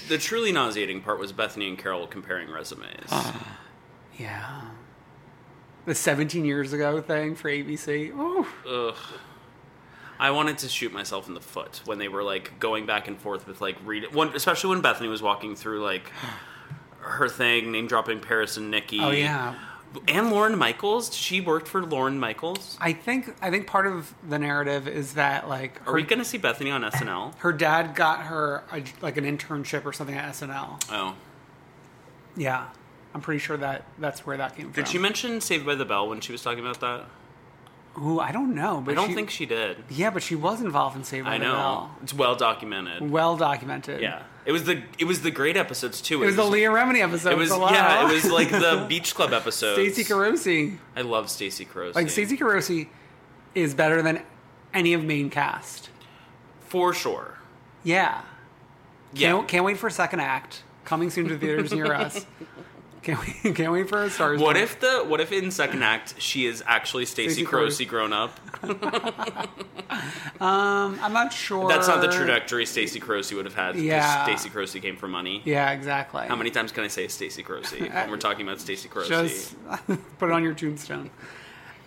Speaker 4: the truly nauseating part was Bethany and Carol comparing resumes.
Speaker 3: Ah. yeah. The 17 years ago thing for ABC. Oh,
Speaker 4: Ugh. I wanted to shoot myself in the foot when they were like going back and forth with like read one, especially when Bethany was walking through like her thing, name dropping Paris and Nikki.
Speaker 3: oh yeah.
Speaker 4: and Lauren Michaels. She worked for Lauren Michaels.
Speaker 3: I think I think part of the narrative is that like her,
Speaker 4: Are we gonna see Bethany on SNL?
Speaker 3: her dad got her a, like an internship or something at SNL.
Speaker 4: Oh,
Speaker 3: Yeah, I'm pretty sure that that's where that came
Speaker 4: did
Speaker 3: from.
Speaker 4: she mention Saved by the Bell when she was talking about that?
Speaker 3: Ooh, I don't know, but
Speaker 4: I don't
Speaker 3: she-
Speaker 4: think she did.
Speaker 3: Yeah, but she was involved in Saved by
Speaker 4: I
Speaker 3: the
Speaker 4: know
Speaker 3: Bell.
Speaker 4: it's well documented.
Speaker 3: Well documented.
Speaker 4: Yeah, it was the it was the great episodes too.
Speaker 3: It was the Leah Remini episode.
Speaker 4: It was
Speaker 3: hello.
Speaker 4: yeah. It was like the Beach Club episode.
Speaker 3: Stacey Carosi.
Speaker 4: I love Stacey Carosi.
Speaker 3: Like Stacey Carosi is better than any of main cast.
Speaker 4: for sure.
Speaker 3: Yeah.
Speaker 4: Yeah.
Speaker 3: Can't, can't wait for second act coming soon to theaters near us. Can't wait, can't wait for a stars.
Speaker 4: What
Speaker 3: Born.
Speaker 4: if the what if in second act she is actually Stacey
Speaker 3: Stacey
Speaker 4: Carosi grown up?
Speaker 3: Um, I'm not sure.
Speaker 4: That's not the trajectory Stacey Carosi would have had.
Speaker 3: Yeah.
Speaker 4: Stacey Carosi came for money.
Speaker 3: Yeah, exactly.
Speaker 4: How many times can I say Stacey Carosi when we're talking about Stacey Carosi?
Speaker 3: Just put it on your tombstone.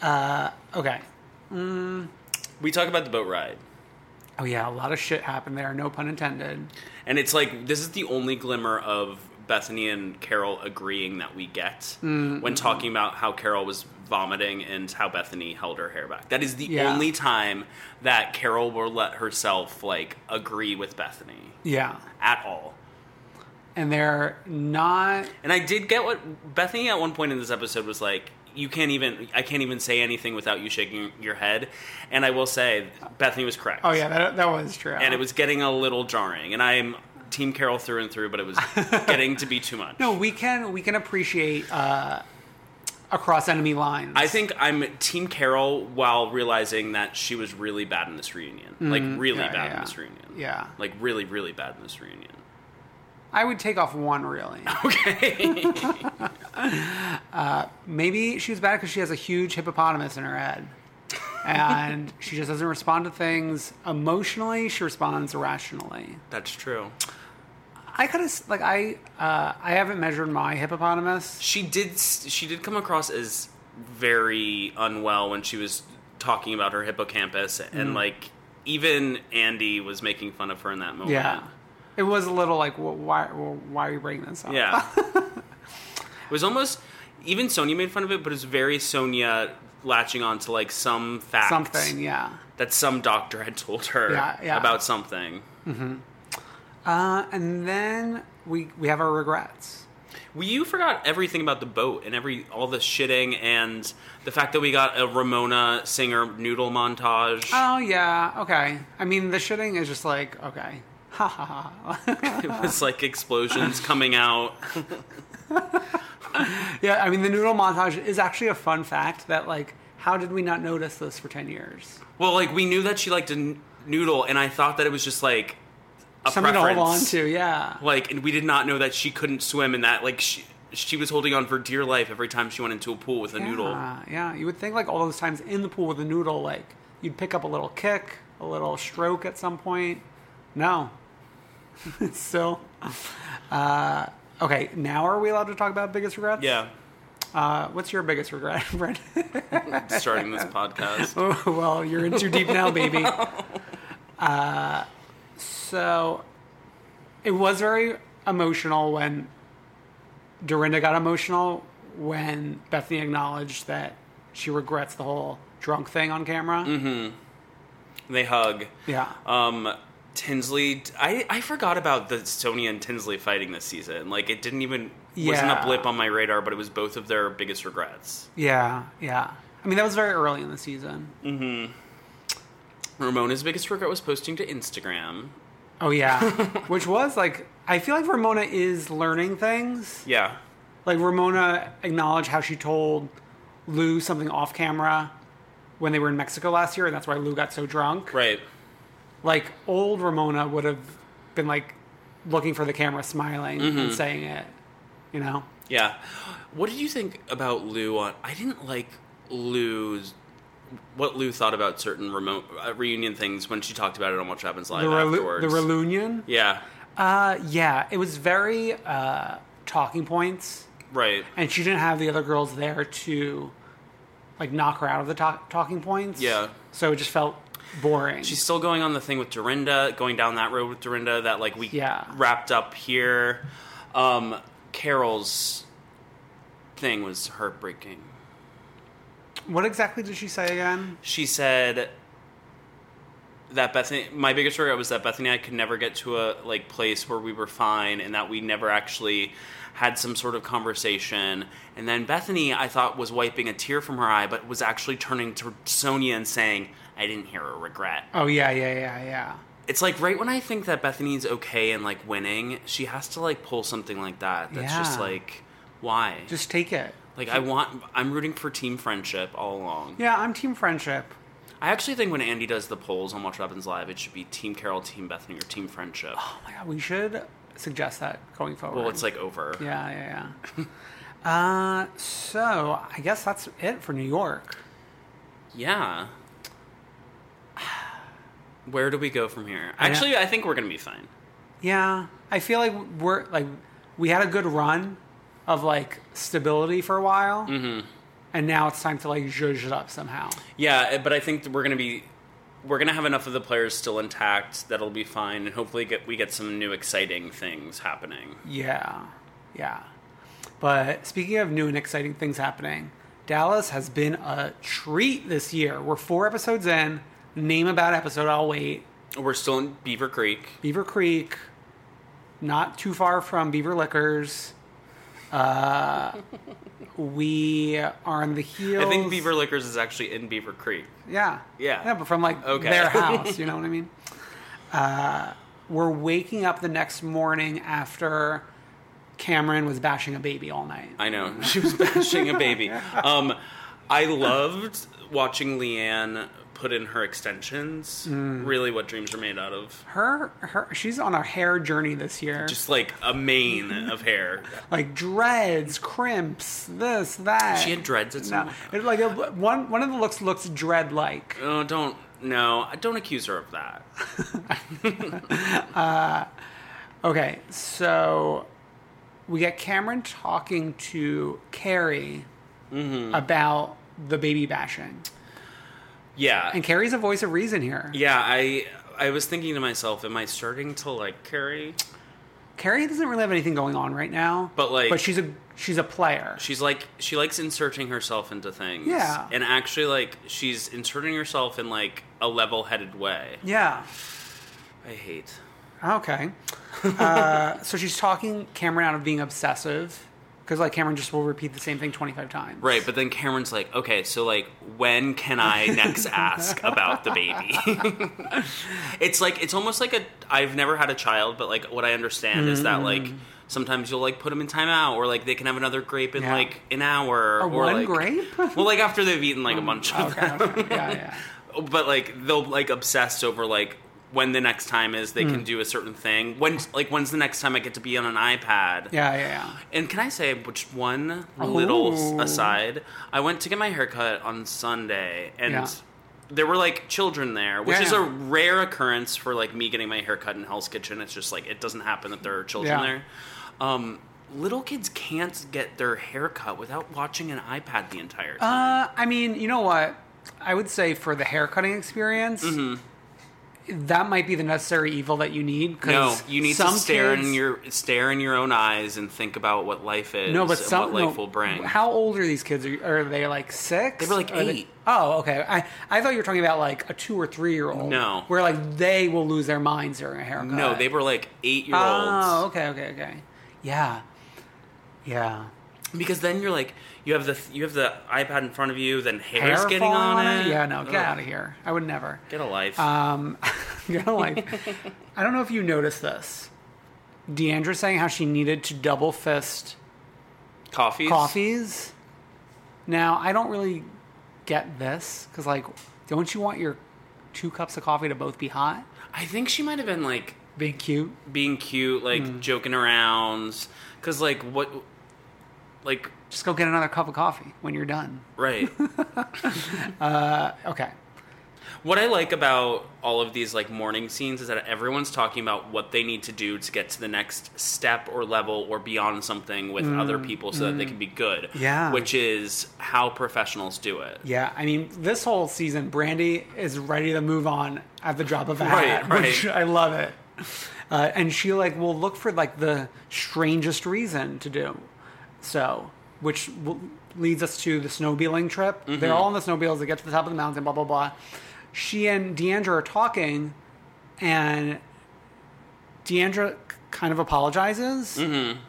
Speaker 3: Uh, okay.
Speaker 4: we talk about the boat ride,
Speaker 3: Oh yeah, a lot of shit happened there. No pun intended.
Speaker 4: and it's like this is the only glimmer of Bethany and Carol agreeing that we get
Speaker 3: Mm-hmm.
Speaker 4: when talking about how Carol was vomiting and how Bethany held her hair back. That is the
Speaker 3: Yeah.
Speaker 4: only time that Carol will let herself like agree with Bethany
Speaker 3: Yeah,
Speaker 4: at all.
Speaker 3: and they're not.
Speaker 4: And I did get what Bethany at one point in this episode was like, you can't even I can't even say anything without you shaking your head. And I will say Bethany was correct.
Speaker 3: Oh yeah, that, that was true.
Speaker 4: And it was getting a little jarring. And I'm Team Carol through and through, but it was getting to be too much.
Speaker 3: No, we can we can appreciate uh, across enemy lines.
Speaker 4: I think I'm Team Carol while realizing that she was really bad in this reunion. like
Speaker 3: Mm-hmm.
Speaker 4: really
Speaker 3: yeah,
Speaker 4: bad
Speaker 3: yeah.
Speaker 4: in this reunion.
Speaker 3: Yeah.
Speaker 4: Like really, really bad in this reunion.
Speaker 3: I would take off one really.
Speaker 4: Okay.
Speaker 3: Uh, Maybe she was bad because she has a huge hippopotamus in her head, and she just doesn't respond to things emotionally. She responds irrationally.
Speaker 4: That's true.
Speaker 3: I could have like I uh, I haven't measured my hippopotamus.
Speaker 4: she did she did come across as very unwell when she was talking about her hippocampus and
Speaker 3: Mm-hmm.
Speaker 4: like even andy was making fun of her in that moment
Speaker 3: Yeah, it was a little like wh- why wh- why are you bringing this up?
Speaker 4: yeah it was almost even sonia made fun of it but it was very sonia latching on to like some fact
Speaker 3: something. Yeah.
Speaker 4: that some doctor had told her
Speaker 3: Yeah, yeah.
Speaker 4: about something
Speaker 3: Uh, and then we we have our regrets.
Speaker 4: Well, you forgot everything about the boat and every all the shitting and the fact that we got a ramona singer noodle montage
Speaker 3: Oh yeah, okay. I mean, the shitting is just like okay, ha ha ha.
Speaker 4: it was like explosions coming out
Speaker 3: yeah, I mean, the noodle montage is actually a fun fact that like, how did we not notice this for ten years?
Speaker 4: Well, like we knew that she liked to n- noodle, and I thought that it was just like a
Speaker 3: Something
Speaker 4: preference.
Speaker 3: to hold on to, yeah.
Speaker 4: Like, and we did not know that she couldn't swim, and that like she she was holding on for dear life every time she went into a pool with a noodle.
Speaker 3: Yeah, yeah. You would think like all those times in the pool with a noodle, like you'd pick up a little kick, a little stroke at some point. No. It's Still. Uh, okay, now are we allowed to talk about biggest regrets?
Speaker 4: Yeah,
Speaker 3: Uh, what's your biggest regret, Brent?
Speaker 4: starting this podcast.
Speaker 3: Oh, well, you're in too deep now, baby. Uh, so it was very emotional when Dorinda got emotional when Bethany acknowledged that she regrets the whole drunk thing on camera.
Speaker 4: They hug.
Speaker 3: Yeah.
Speaker 4: Um, Tinsley, I I forgot about the Sonya and Tinsley fighting this season. Like, it didn't even wasn't
Speaker 3: Yeah.
Speaker 4: a blip on my radar, but it was both of their biggest regrets.
Speaker 3: yeah, yeah. I mean, that was very early in the season.
Speaker 4: Ramona's biggest regret was posting to Instagram.
Speaker 3: Oh, yeah. Which was like, I feel like Ramona is learning things.
Speaker 4: Yeah,
Speaker 3: like Ramona acknowledged how she told Lou something off camera when they were in Mexico last year, and that's why Lou got so drunk.
Speaker 4: right.
Speaker 3: Like old Ramona would have been like looking for the camera, smiling
Speaker 4: Mm-hmm.
Speaker 3: and saying it. You know,
Speaker 4: Yeah. What did you think about Lou on I didn't like Lou's what Lou thought about certain remote uh, reunion things when she talked about it on Watch What Happens Live
Speaker 3: the, relu-
Speaker 4: afterwards.
Speaker 3: the reunion.
Speaker 4: yeah,
Speaker 3: Uh, yeah, it was very uh, talking points,
Speaker 4: right.
Speaker 3: and she didn't have the other girls there to like knock her out of the talk- talking points.
Speaker 4: Yeah.
Speaker 3: so it just felt boring.
Speaker 4: She's still going on the thing with Dorinda, going down that road with Dorinda that like we
Speaker 3: Yeah.
Speaker 4: wrapped up here. Um, Carol's thing was heartbreaking.
Speaker 3: what exactly did she say again?
Speaker 4: She said that Bethany, my biggest regret was that Bethany and I could never get to a like place where we were fine, and that we never actually had some sort of conversation. And then Bethany, I thought, was wiping a tear from her eye, but was actually turning to Sonia and saying, "I didn't hear a regret."
Speaker 3: Oh yeah, yeah, yeah, yeah.
Speaker 4: It's like right when I think that Bethany's okay and like winning, she has to like pull something like that. That's just
Speaker 3: Yeah.
Speaker 4: like, why?
Speaker 3: Just take it.
Speaker 4: like I want, I'm rooting for team friendship all along.
Speaker 3: Yeah, I'm team friendship.
Speaker 4: I actually think when Andy does the polls on Watch What Happens Live, it should be Team Carol, Team Bethany, or Team Friendship.
Speaker 3: Oh my god, we should suggest that going forward.
Speaker 4: well, it's like over.
Speaker 3: yeah, yeah, yeah. uh, so I guess that's it for New York.
Speaker 4: Yeah. Where do we go from here? Actually, I think we're gonna be fine.
Speaker 3: Yeah, I feel like we're like we had a good run of like stability for a while, mm-hmm. and now it's time to like zhuzh it up somehow.
Speaker 4: Yeah, eh, but I think that we're gonna be we're gonna have enough of the players still intact that'll be fine, and hopefully get we get some new exciting things happening.
Speaker 3: Yeah, yeah. But speaking of new and exciting things happening, Dallas has been a treat this year. We're four episodes in. Name a bad episode. I'll wait.
Speaker 4: We're still in Beaver Creek.
Speaker 3: Beaver Creek, not too far from Beaver Liquors. Uh, we are on the heels.
Speaker 4: I think Beaver Liquors is actually in Beaver Creek.
Speaker 3: Yeah.
Speaker 4: Yeah.
Speaker 3: Yeah, but from like
Speaker 4: Okay.
Speaker 3: their house, you know what I mean? Uh, we're waking up the next morning after Cameron was bashing a baby all night.
Speaker 4: I know she was bashing a baby. Um, I loved watching Leanne put in her extensions.
Speaker 3: Mm.
Speaker 4: Really, what dreams are made out of.
Speaker 3: Her, her, she's on a hair journey this year.
Speaker 4: Just like a mane of hair.
Speaker 3: like dreads, crimps, this, that.
Speaker 4: She had dreads at some.
Speaker 3: No, it, like it, one one of the looks looks dread like.
Speaker 4: Oh, don't no, don't accuse her of that.
Speaker 3: Okay, so we get Cameron talking to Carrie
Speaker 4: Mm-hmm.
Speaker 3: about the baby bashing,
Speaker 4: Yeah,
Speaker 3: and Carrie's a voice of reason here.
Speaker 4: Yeah, I I was thinking to myself, am I starting to like Carrie?
Speaker 3: Carrie doesn't really have anything going on right now.
Speaker 4: But, like-
Speaker 3: but she's a she's a player.
Speaker 4: She's like she likes inserting herself into things.
Speaker 3: Yeah.
Speaker 4: And actually like she's inserting herself in like a level-headed way.
Speaker 3: yeah.
Speaker 4: I hate.
Speaker 3: Okay. uh, so she's talking Cameron out of being obsessive because like Cameron just will repeat the same thing twenty five times.
Speaker 4: Right, but then Cameron's like, "Okay, so like when can I next ask about the baby?" it's like it's almost like a I've never had a child, but like what I understand is that like
Speaker 3: Mm.
Speaker 4: sometimes you'll like put them in timeout or like they can have another grape in
Speaker 3: Yeah.
Speaker 4: like an hour
Speaker 3: Or
Speaker 4: or
Speaker 3: one
Speaker 4: like
Speaker 3: grape? Oh,
Speaker 4: well like after they've eaten like a bunch of
Speaker 3: Okay.
Speaker 4: them.
Speaker 3: okay. Yeah. Yeah.
Speaker 4: but like they'll like obsess over like when the next time is they
Speaker 3: Mm.
Speaker 4: can do a certain thing. When's like when's the next time I get to be on an iPad?
Speaker 3: Yeah. Yeah. Yeah.
Speaker 4: And can I say which one little s-
Speaker 3: Ooh.
Speaker 4: aside? I went to get my haircut on Sunday and
Speaker 3: Yeah.
Speaker 4: there were like children there, which
Speaker 3: Yeah,
Speaker 4: is
Speaker 3: yeah.
Speaker 4: a rare occurrence for like me getting my haircut in Hell's Kitchen. It's just like it doesn't happen that there are children
Speaker 3: Yeah.
Speaker 4: there. Um Little kids can't get their haircut without watching an iPad the entire time.
Speaker 3: Uh, I mean, you know what? I would say for the hair cutting experience, that might be the necessary evil that you need. Uh, 'cause
Speaker 4: Mm-hmm. No, you need to
Speaker 3: some
Speaker 4: stare in
Speaker 3: kids-
Speaker 4: your stare in your own eyes and think about what life is.
Speaker 3: no, but
Speaker 4: and
Speaker 3: some
Speaker 4: what life
Speaker 3: no,
Speaker 4: will bring.
Speaker 3: How old are these kids? Are, you- are they like six?
Speaker 4: They were, like,
Speaker 3: Are
Speaker 4: eight.
Speaker 3: oh, okay. I I thought you were talking about like a two or three year old.
Speaker 4: No.
Speaker 3: where like they will lose their minds during a haircut.
Speaker 4: no, they were like eight year olds.
Speaker 3: Oh, okay, okay, okay. Yeah, yeah.
Speaker 4: Because then you're like you have the you have the iPad in front of you, then hair's
Speaker 3: Hair
Speaker 4: getting
Speaker 3: falling
Speaker 4: on it.
Speaker 3: Yeah, no, get
Speaker 4: Ugh.
Speaker 3: out of here. I would never.
Speaker 4: Get a life.
Speaker 3: Um, you know, like, I don't know if you noticed this. Deandra saying how she needed to double fist
Speaker 4: coffees.
Speaker 3: coffees. Now, I don't really get this because, like, don't you want your two cups of coffee to both be hot?
Speaker 4: I think she might have been like
Speaker 3: Being cute. Hmm.
Speaker 4: being cute, like joking around, because like what, like
Speaker 3: Just go get another cup of coffee when you're done.
Speaker 4: Right.
Speaker 3: Uh, okay.
Speaker 4: What I like about all of these like morning scenes is that everyone's talking about what they need to do to get to the next step or level or beyond something with
Speaker 3: Mm,
Speaker 4: other people so that they
Speaker 3: mm.
Speaker 4: can be good.
Speaker 3: Yeah.
Speaker 4: Which is how professionals do it.
Speaker 3: Yeah, I mean, this whole season, Brandy is ready to move on at the drop of a
Speaker 4: Right,
Speaker 3: hat,
Speaker 4: right.
Speaker 3: which I love it. Uh, and she like will look for like the strangest reason to do so, which w- leads us to the snowmobiling trip.
Speaker 4: Mhm.
Speaker 3: They're all on the snowmobiles. They get to the top of the mountain. Blah blah blah. She and Deandra are talking, and Deandra k- kind of apologizes.
Speaker 4: Mm-hmm.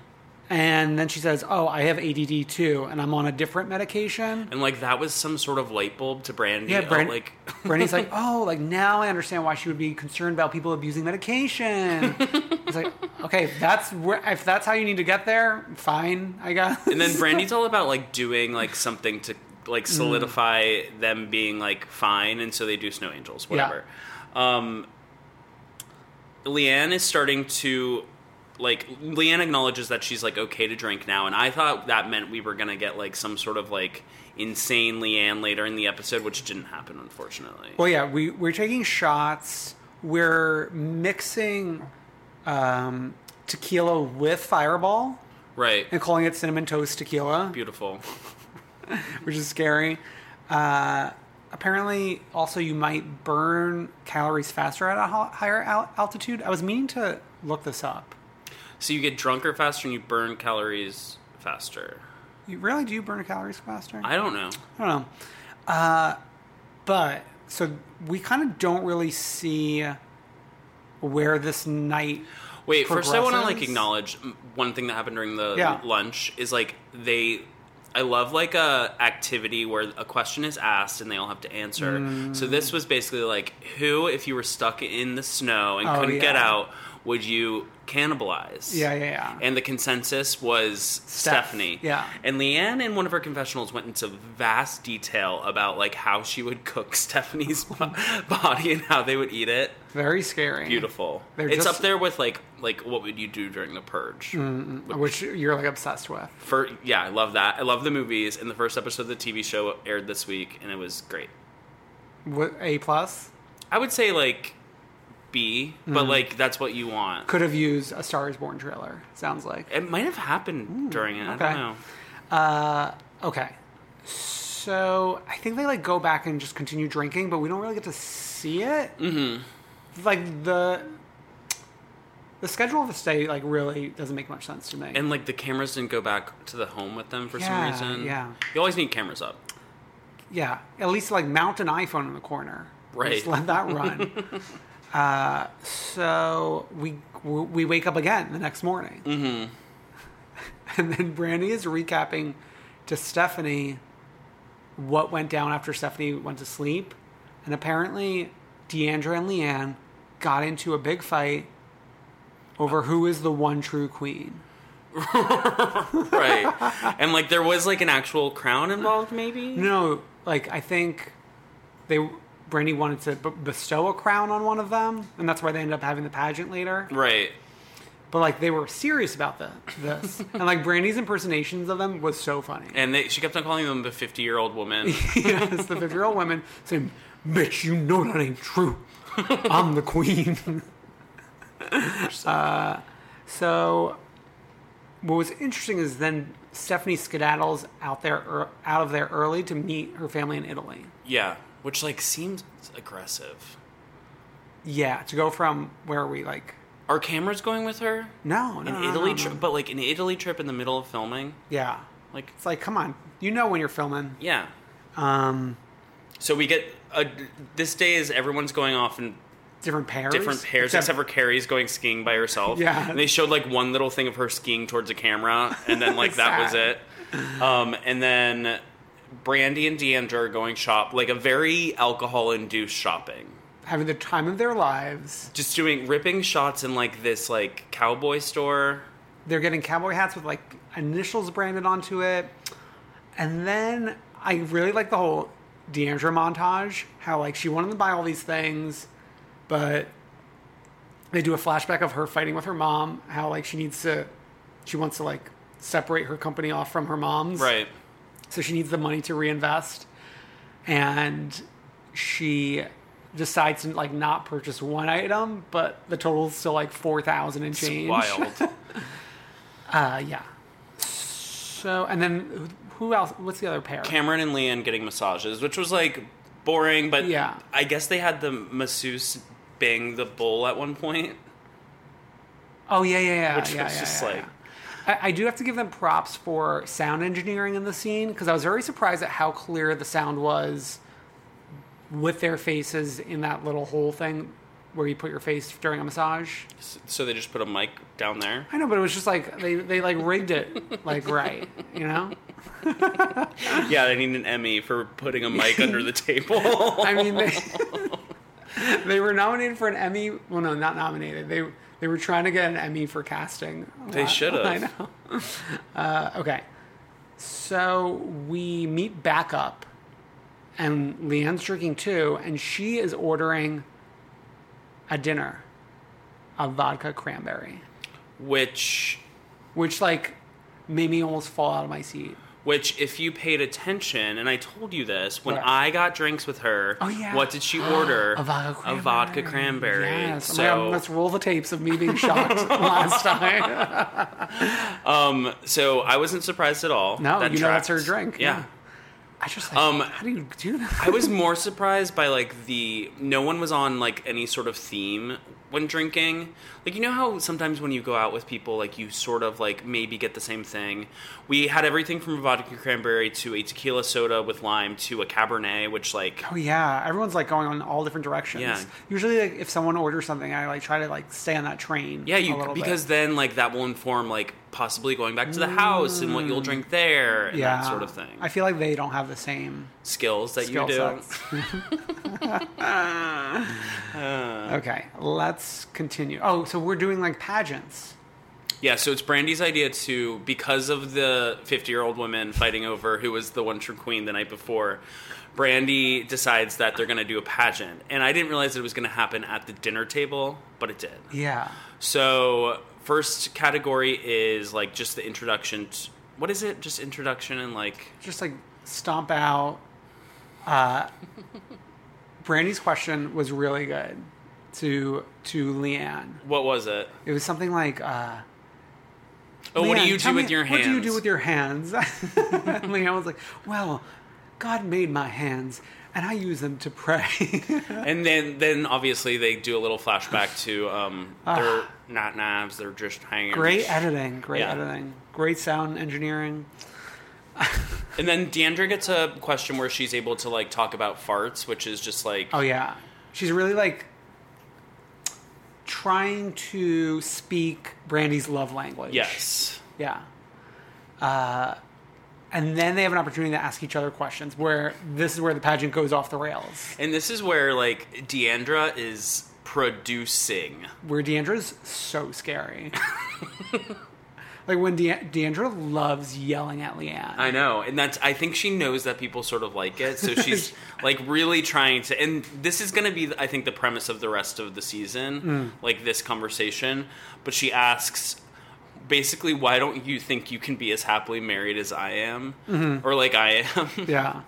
Speaker 3: And then she says, "Oh, I have ADD too, and I'm on a different medication."
Speaker 4: And like that was some sort of light bulb to Brandy.
Speaker 3: Yeah,
Speaker 4: of,
Speaker 3: Brand-
Speaker 4: like
Speaker 3: Brandy's like, oh, like now I understand why she would be concerned about people abusing medication. it's like, okay, if that's where, if that's how you need to get there, fine, I guess.
Speaker 4: And then Brandy's all about like doing like something to like
Speaker 3: Mm.
Speaker 4: solidify them being like fine, and so they do snow angels,
Speaker 3: Yeah.
Speaker 4: whatever. Um, Leanne is starting to like Leanne acknowledges that she's like okay to drink now, and I thought that meant we were gonna get like some sort of like insane Leanne later in the episode, which didn't happen unfortunately.
Speaker 3: Well, yeah, we we're taking shots. We're mixing um, tequila with Fireball
Speaker 4: Right.
Speaker 3: and calling it cinnamon toast tequila.
Speaker 4: Beautiful.
Speaker 3: which is scary. Uh, apparently, also you might burn calories faster at a ho- higher al- altitude. I was meaning to look this up.
Speaker 4: So you get drunker faster and you burn calories faster.
Speaker 3: You really do burn calories faster?
Speaker 4: I don't know.
Speaker 3: I don't know. Uh, but so we kind of don't really see where this night.
Speaker 4: Wait, first I want to like
Speaker 3: progresses.
Speaker 4: acknowledge m- one thing that happened during the
Speaker 3: Yeah.
Speaker 4: lunch is like they. I love like a activity where a question is asked and they all have to answer.
Speaker 3: Mm.
Speaker 4: So this was basically like, who, if you were stuck in the snow and
Speaker 3: Oh,
Speaker 4: couldn't get
Speaker 3: yeah.
Speaker 4: out, would you cannibalize?
Speaker 3: Yeah, yeah, yeah.
Speaker 4: And the consensus was Stephanie.
Speaker 3: Yeah.
Speaker 4: And Leanne in one of her confessionals went into vast detail about like how she would cook Stephanie's bo- body and how they would eat it.
Speaker 3: Very scary.
Speaker 4: Beautiful.
Speaker 3: They're
Speaker 4: it's
Speaker 3: just-
Speaker 4: up there with like like what would you do during the purge?
Speaker 3: Mm, mm, which you're like obsessed with.
Speaker 4: For yeah, I love that. I love the movies. And the first episode of the TV show aired this week, and it was great.
Speaker 3: What a plus
Speaker 4: I would say like B, but
Speaker 3: Mhm.
Speaker 4: like that's what you want.
Speaker 3: could have used a Star Is Born trailer. Sounds like.
Speaker 4: It might have happened during it. I
Speaker 3: okay.
Speaker 4: don't know.
Speaker 3: Uh, okay. So I think they like go back and just continue drinking, but we don't really get to see it.
Speaker 4: Mm-hmm.
Speaker 3: Like the the schedule of the stay like really doesn't make much sense to me.
Speaker 4: And like the cameras didn't go back to the home with them for
Speaker 3: Yeah,
Speaker 4: some reason.
Speaker 3: yeah.
Speaker 4: You always need cameras up.
Speaker 3: yeah, at least like mount an iPhone in the corner.
Speaker 4: Right.
Speaker 3: Just let that run. uh, so we we wake up again the next morning.
Speaker 4: Mm-hmm.
Speaker 3: And then Brandy is recapping to Stephanie what went down after Stephanie went to sleep. And apparently, Deandra and Leanne got into a big fight over who is the one true queen.
Speaker 4: right. And like there was like an actual crown involved, maybe.
Speaker 3: No, like, I think they. Brandy wanted to b- bestow a crown on one of them, and that's why they ended up having the pageant later.
Speaker 4: Right.
Speaker 3: But like, they were serious about the, this, and like Brandy's impersonations of them was so funny.
Speaker 4: And they, she kept on calling them the fifty-year-old woman.
Speaker 3: yes, the 50 year old woman saying, Bitch, you know that ain't true. I'm the queen. uh, so, what was interesting is then Stephanie skedaddles out there ear out of there early to meet her family in Italy.
Speaker 4: Yeah, which like seems aggressive.
Speaker 3: Yeah, to go from where are we like
Speaker 4: Are cameras going with her?
Speaker 3: no, no,
Speaker 4: an
Speaker 3: no,
Speaker 4: Italy
Speaker 3: no,
Speaker 4: trip,
Speaker 3: no.
Speaker 4: but like an Italy trip in the middle of filming.
Speaker 3: yeah,
Speaker 4: like
Speaker 3: it's like come on, you know when you're filming.
Speaker 4: Yeah.
Speaker 3: Um,
Speaker 4: So we get a, this day is everyone's going off in
Speaker 3: different pairs,
Speaker 4: different pairs, except, for Carrie's going skiing by herself.
Speaker 3: Yeah.
Speaker 4: And they showed like one little thing of her skiing towards the camera, and then like that was
Speaker 3: Sad.
Speaker 4: it. Um, and then Brandy and Deandra are going shop like a very alcohol-induced shopping.
Speaker 3: having the time of their lives.
Speaker 4: Just doing ripping shots in like this like cowboy store.
Speaker 3: they're getting cowboy hats with like initials branded onto it. And then I really like the whole Deandra montage, how like she wanted to buy all these things, but they do a flashback of her fighting with her mom, how like she needs to she wants to like separate her company off from her mom's.
Speaker 4: Right.
Speaker 3: So she needs the money to reinvest. And she decides to like not purchase one item, but the total's still like four thousand and change.
Speaker 4: wild.
Speaker 3: uh yeah. So and then who else what's the other pair?
Speaker 4: Cameron and Leanne getting massages, which was like boring, but
Speaker 3: Yeah.
Speaker 4: I guess they had the masseuse bang the bull at one point,
Speaker 3: Oh yeah, yeah, yeah.
Speaker 4: which
Speaker 3: yeah,
Speaker 4: was
Speaker 3: yeah,
Speaker 4: just
Speaker 3: yeah,
Speaker 4: like
Speaker 3: I, I do have to give them props for sound engineering in the scene because I was very surprised at how clear the sound was with their faces in that little hole thing where you put your face during a massage.
Speaker 4: so they just put a mic down there.
Speaker 3: I know, but it was just like they, they like rigged it like right, you know?
Speaker 4: yeah, they need an Emmy for putting a mic under the table.
Speaker 3: I mean they they were nominated for an Emmy well no, not nominated. They they were trying to get an Emmy for casting.
Speaker 4: They should
Speaker 3: I
Speaker 4: have.
Speaker 3: know. Uh, okay. So we meet back up, and Leanne's drinking too, and she is ordering a dinner a vodka cranberry,
Speaker 4: Which,
Speaker 3: which like made me almost fall out of my seat.
Speaker 4: which, if you paid attention, and I told you this when
Speaker 3: What?
Speaker 4: I got drinks with her.
Speaker 3: Oh, yeah.
Speaker 4: What did she order?
Speaker 3: A vodka
Speaker 4: A vodka cranberry.
Speaker 3: Yes. Oh my God,
Speaker 4: So,
Speaker 3: let's roll the tapes of me being shocked last time.
Speaker 4: um, so I wasn't surprised at all.
Speaker 3: No,
Speaker 4: That
Speaker 3: you know that's her
Speaker 4: tracked.
Speaker 3: drink.
Speaker 4: Yeah.
Speaker 3: I just like,
Speaker 4: Um,
Speaker 3: how do you do that?
Speaker 4: I was more surprised by like the no one was on like any sort of theme when drinking. Like you know how sometimes when you go out with people, like you sort of like maybe get the same thing. We had everything from a vodka cranberry to a tequila soda with lime to a cabernet, which like
Speaker 3: Oh yeah, everyone's like going in all different directions.
Speaker 4: Yeah.
Speaker 3: Usually, like if someone orders something, I like try to like stay on that train.
Speaker 4: yeah
Speaker 3: a
Speaker 4: you
Speaker 3: little
Speaker 4: because
Speaker 3: bit.
Speaker 4: then like that will inform like possibly going back to the house and what you'll drink there and
Speaker 3: Mm. yeah,
Speaker 4: that sort of thing.
Speaker 3: I feel like they don't have the same
Speaker 4: Skills that
Speaker 3: skill
Speaker 4: you do.
Speaker 3: sets. okay, let's continue. Oh, so we're doing like pageants.
Speaker 4: Yeah, so it's Brandy's idea to because of the fifty-year-old women fighting over who was the one true queen the night before. Brandy decides that they're going to do a pageant, and I didn't realize it was going to happen at the dinner table, but it did.
Speaker 3: Yeah.
Speaker 4: So first category is like just the introduction. t what is it? Just introduction and like
Speaker 3: just like stomp out. Uh, Brandy's question was really good to to Leanne.
Speaker 4: what was it?
Speaker 3: It was something like, uh,
Speaker 4: Oh, what do
Speaker 3: "Leanne,
Speaker 4: you
Speaker 3: tell
Speaker 4: do with
Speaker 3: me-
Speaker 4: your hands?
Speaker 3: What do you do with your hands?" And Leanne was like, "Well, God made my hands, and I use them to pray."
Speaker 4: And then, then obviously they do a little flashback to um, they're not knives, they're just hangers.
Speaker 3: Ah. great editing, great
Speaker 4: Yeah.
Speaker 3: editing, great sound engineering.
Speaker 4: And then Deandra gets a question where she's able to like talk about farts, which is just like
Speaker 3: Oh yeah, she's really like trying to speak Brandy's love language.
Speaker 4: yes,
Speaker 3: Yeah. Uh, and then they have an opportunity to ask each other questions. Where this is where the pageant goes off the rails.
Speaker 4: and this is where like Deandra is producing.
Speaker 3: Where Deandra's so scary. like when De- Deandra loves yelling at Leanne.
Speaker 4: I know, and that's I think she knows that people sort of like it, so she's like really trying to. And this is going to be, I think, the premise of the rest of the season, like this conversation. But she asks. Basically, why don't you think you can be as happily married as I am, or like I am?
Speaker 3: yeah.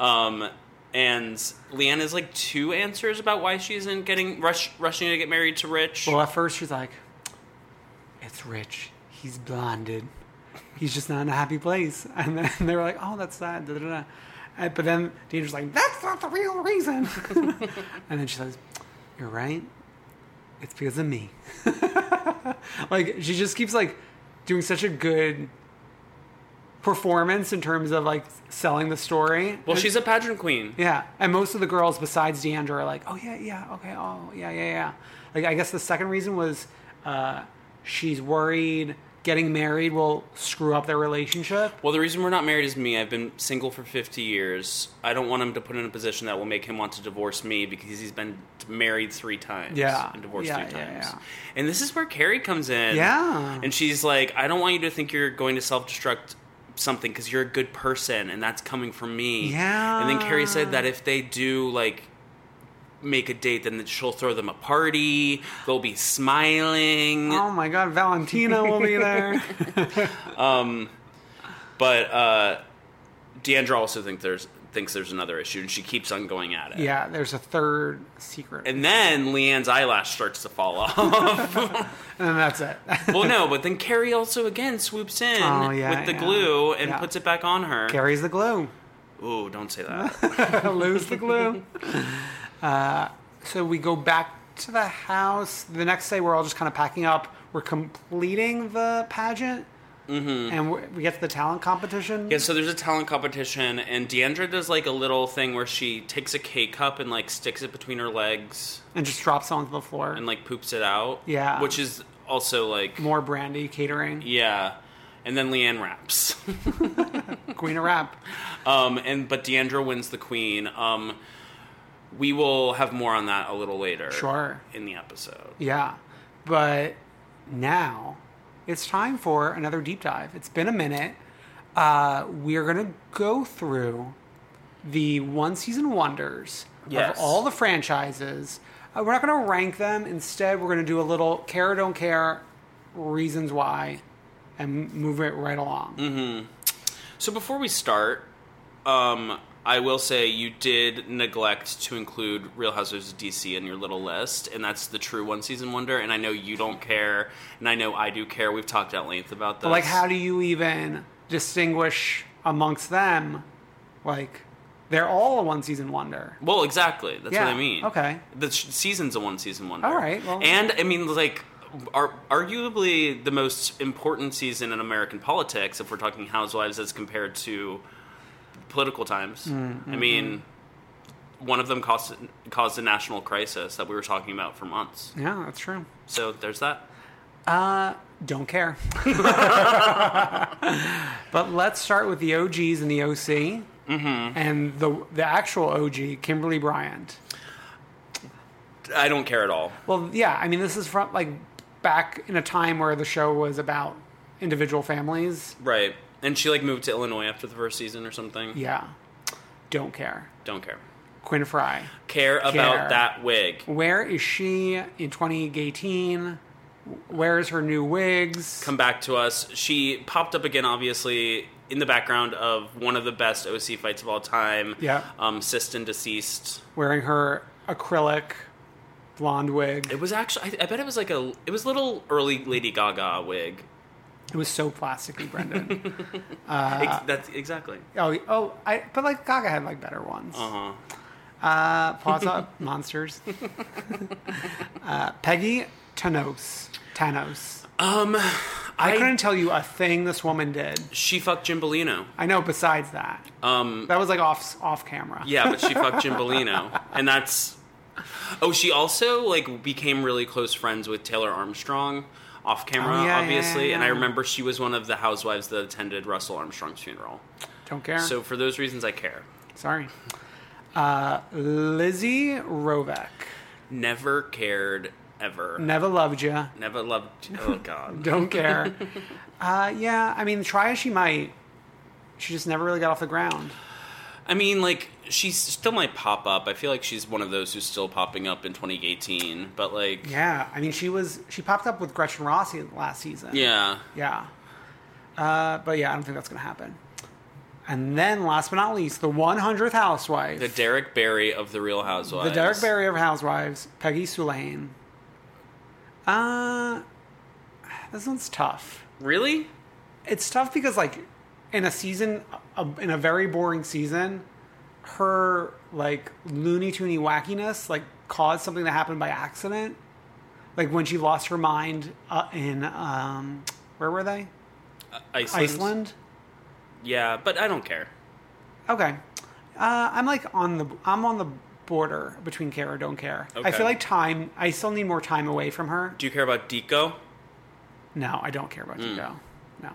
Speaker 4: Um, and Leanne has like two answers about why she isn't getting rush, rushing to get married to Rich.
Speaker 3: Well, at first she's like, "It's Rich. He's blinded. He's just not in a happy place." And then they were like, "Oh, that's sad." Da, da, da. And- But then Deandra's like, "That's not the real reason." and then she says, "You're right. It's because of me." like she just keeps like doing such a good performance in terms of like selling the story.
Speaker 4: Well, she's a pageant queen.
Speaker 3: Yeah, and most of the girls besides Deandra are like, oh yeah, yeah, okay, oh yeah, yeah, yeah. Like I guess the second reason was uh, she's worried getting married will screw up their relationship.
Speaker 4: Well, the reason we're not married is me. I've been single for 50 years. I don't want him to put in a position that will make him want to divorce me because he's been married three times.
Speaker 3: Yeah.
Speaker 4: And divorced
Speaker 3: Yeah,
Speaker 4: three
Speaker 3: yeah,
Speaker 4: times.
Speaker 3: yeah.
Speaker 4: And this is where Carrie comes in.
Speaker 3: Yeah.
Speaker 4: And she's like, I don't want you to think you're going to self destruct something because you're a good person and that's coming from me.
Speaker 3: Yeah.
Speaker 4: And then Carrie said that if they do, like, make a date, then she'll throw them a party. They'll be smiling.
Speaker 3: Oh my God, Valentina will be there.
Speaker 4: um, but uh, Deandra also think there's thinks there's another issue, and she keeps on going at it.
Speaker 3: yeah, there's a third secret,
Speaker 4: And then Leanne's eyelash starts to fall off.
Speaker 3: and that's it.
Speaker 4: well, no, but then Carrie also again swoops in
Speaker 3: Oh, yeah,
Speaker 4: with the
Speaker 3: yeah.
Speaker 4: glue and
Speaker 3: Yeah.
Speaker 4: puts it back on her.
Speaker 3: Carries the glue.
Speaker 4: Ooh, don't say that.
Speaker 3: Lose the glue. Uh, so we go back to the house. The next day, we're all just kind of packing up. We're completing the pageant,
Speaker 4: Mm-hmm.
Speaker 3: and we we get to the talent competition.
Speaker 4: Yeah, so there's a talent competition, and Deandra does like a little thing where she takes a K cup and like sticks it between her legs
Speaker 3: and just drops onto the floor.
Speaker 4: and like poops it out.
Speaker 3: Yeah.
Speaker 4: Which is also like,
Speaker 3: More brandy catering.
Speaker 4: yeah. And then Leanne raps.
Speaker 3: Queen of rap.
Speaker 4: Um, and but Deandra wins the queen. Um, we will have more on that a little later.
Speaker 3: Sure.
Speaker 4: In the episode.
Speaker 3: Yeah. But now it's time for another deep dive. It's been a minute. Uh, we're going to go through the one season wonders
Speaker 4: Yes.
Speaker 3: of all the franchises. Uh, we're not going to rank them. Instead, we're going to do a little care or don't care, reasons why, and move it right along.
Speaker 4: hmm So before we start, um, I will say you did neglect to include Real Housewives of DC in your little list, and that's the true one season wonder. And I know you don't care, and I know I do care. We've talked at length about
Speaker 3: But
Speaker 4: this.
Speaker 3: like, how do you even distinguish amongst them? Like, they're all a one season wonder.
Speaker 4: Well, exactly. That's what
Speaker 3: Yeah,
Speaker 4: I mean.
Speaker 3: okay.
Speaker 4: The sh- season's a one season wonder.
Speaker 3: All right, well-
Speaker 4: and I mean, like, ar- arguably the most important season in American politics, if we're talking housewives as compared to political times.
Speaker 3: Mm, mm-hmm.
Speaker 4: I mean, one of them caused, caused a national crisis that we were talking about for months.
Speaker 3: Yeah, that's true.
Speaker 4: So there's that.
Speaker 3: Uh, don't care. but let's start with the OGs and the OC, Mm-hmm. and the the actual OG, Kimberly Bryant.
Speaker 4: I don't care at all.
Speaker 3: Well, yeah, I mean, this is from like back in a time where the show was about individual families.
Speaker 4: Right. And she, like, moved to Illinois after the first season or something.
Speaker 3: Yeah, don't care.
Speaker 4: Don't care.
Speaker 3: Quinn Fry.
Speaker 4: Care about
Speaker 3: Care.
Speaker 4: that wig.
Speaker 3: Where is she in 2018? Where is her new wigs?
Speaker 4: come back to us. She popped up again, obviously, in the background of one of the best OC fights of all time.
Speaker 3: Yeah.
Speaker 4: Um, Sistan deceased.
Speaker 3: Wearing her acrylic blonde wig.
Speaker 4: It was actually, I, I bet it was like a, it was little early Lady Gaga wig.
Speaker 3: It was so plasticky, Brendan. uh,
Speaker 4: Ex- that's exactly.
Speaker 3: Oh, oh, I but like Gaga had like better ones.
Speaker 4: Uh huh.
Speaker 3: Uh, pause up, monsters. uh, Peggy Tanos. Tanos.
Speaker 4: Um, I,
Speaker 3: couldn't tell you a thing this woman did.
Speaker 4: She fucked Jimbalino.
Speaker 3: I know. Besides that,
Speaker 4: Um,
Speaker 3: that was like off off camera.
Speaker 4: yeah, but she fucked Jimbalino, and that's. Oh, she also like became really close friends with Taylor Armstrong off camera,
Speaker 3: Oh, yeah, yeah,
Speaker 4: obviously,
Speaker 3: yeah,
Speaker 4: and I
Speaker 3: yeah.
Speaker 4: remember she was one of the housewives that attended Russell Armstrong's funeral.
Speaker 3: Don't care.
Speaker 4: So for those reasons, I care.
Speaker 3: Sorry. Uh, Lizzie Rovek.
Speaker 4: Never cared ever.
Speaker 3: Never loved you.
Speaker 4: Never loved. Oh God.
Speaker 3: Don't care. uh, yeah, I mean, try as she might, she just never really got off the ground.
Speaker 4: I mean, like she still might pop up. I feel like she's one of those who's still popping up in 2018. But like,
Speaker 3: Yeah, I mean, she was she popped up with Gretchen Rossi last season.
Speaker 4: yeah,
Speaker 3: yeah. Uh, but yeah, I don't think that's gonna happen. And then, last but not least, the 100th housewife,
Speaker 4: the Derek Barry of the Real Housewives.
Speaker 3: the Derek Barry of housewives, Peggy Sulaine. Uh, this one's tough.
Speaker 4: Really?
Speaker 3: It's tough because, like, in a season, a, in a very boring season, her like loony toony wackiness like caused something to happen by accident. Like when she lost her mind uh, in um, where were they?
Speaker 4: Uh, Iceland.
Speaker 3: Iceland?
Speaker 4: Yeah, but I don't care.
Speaker 3: Okay. Uh, I'm like on the I'm on the border between care or don't care. I
Speaker 4: Okay.
Speaker 3: feel like time. I still need more time away from her.
Speaker 4: Do you care about Deco?
Speaker 3: No, I don't care
Speaker 4: Hmm.
Speaker 3: about Deco. No,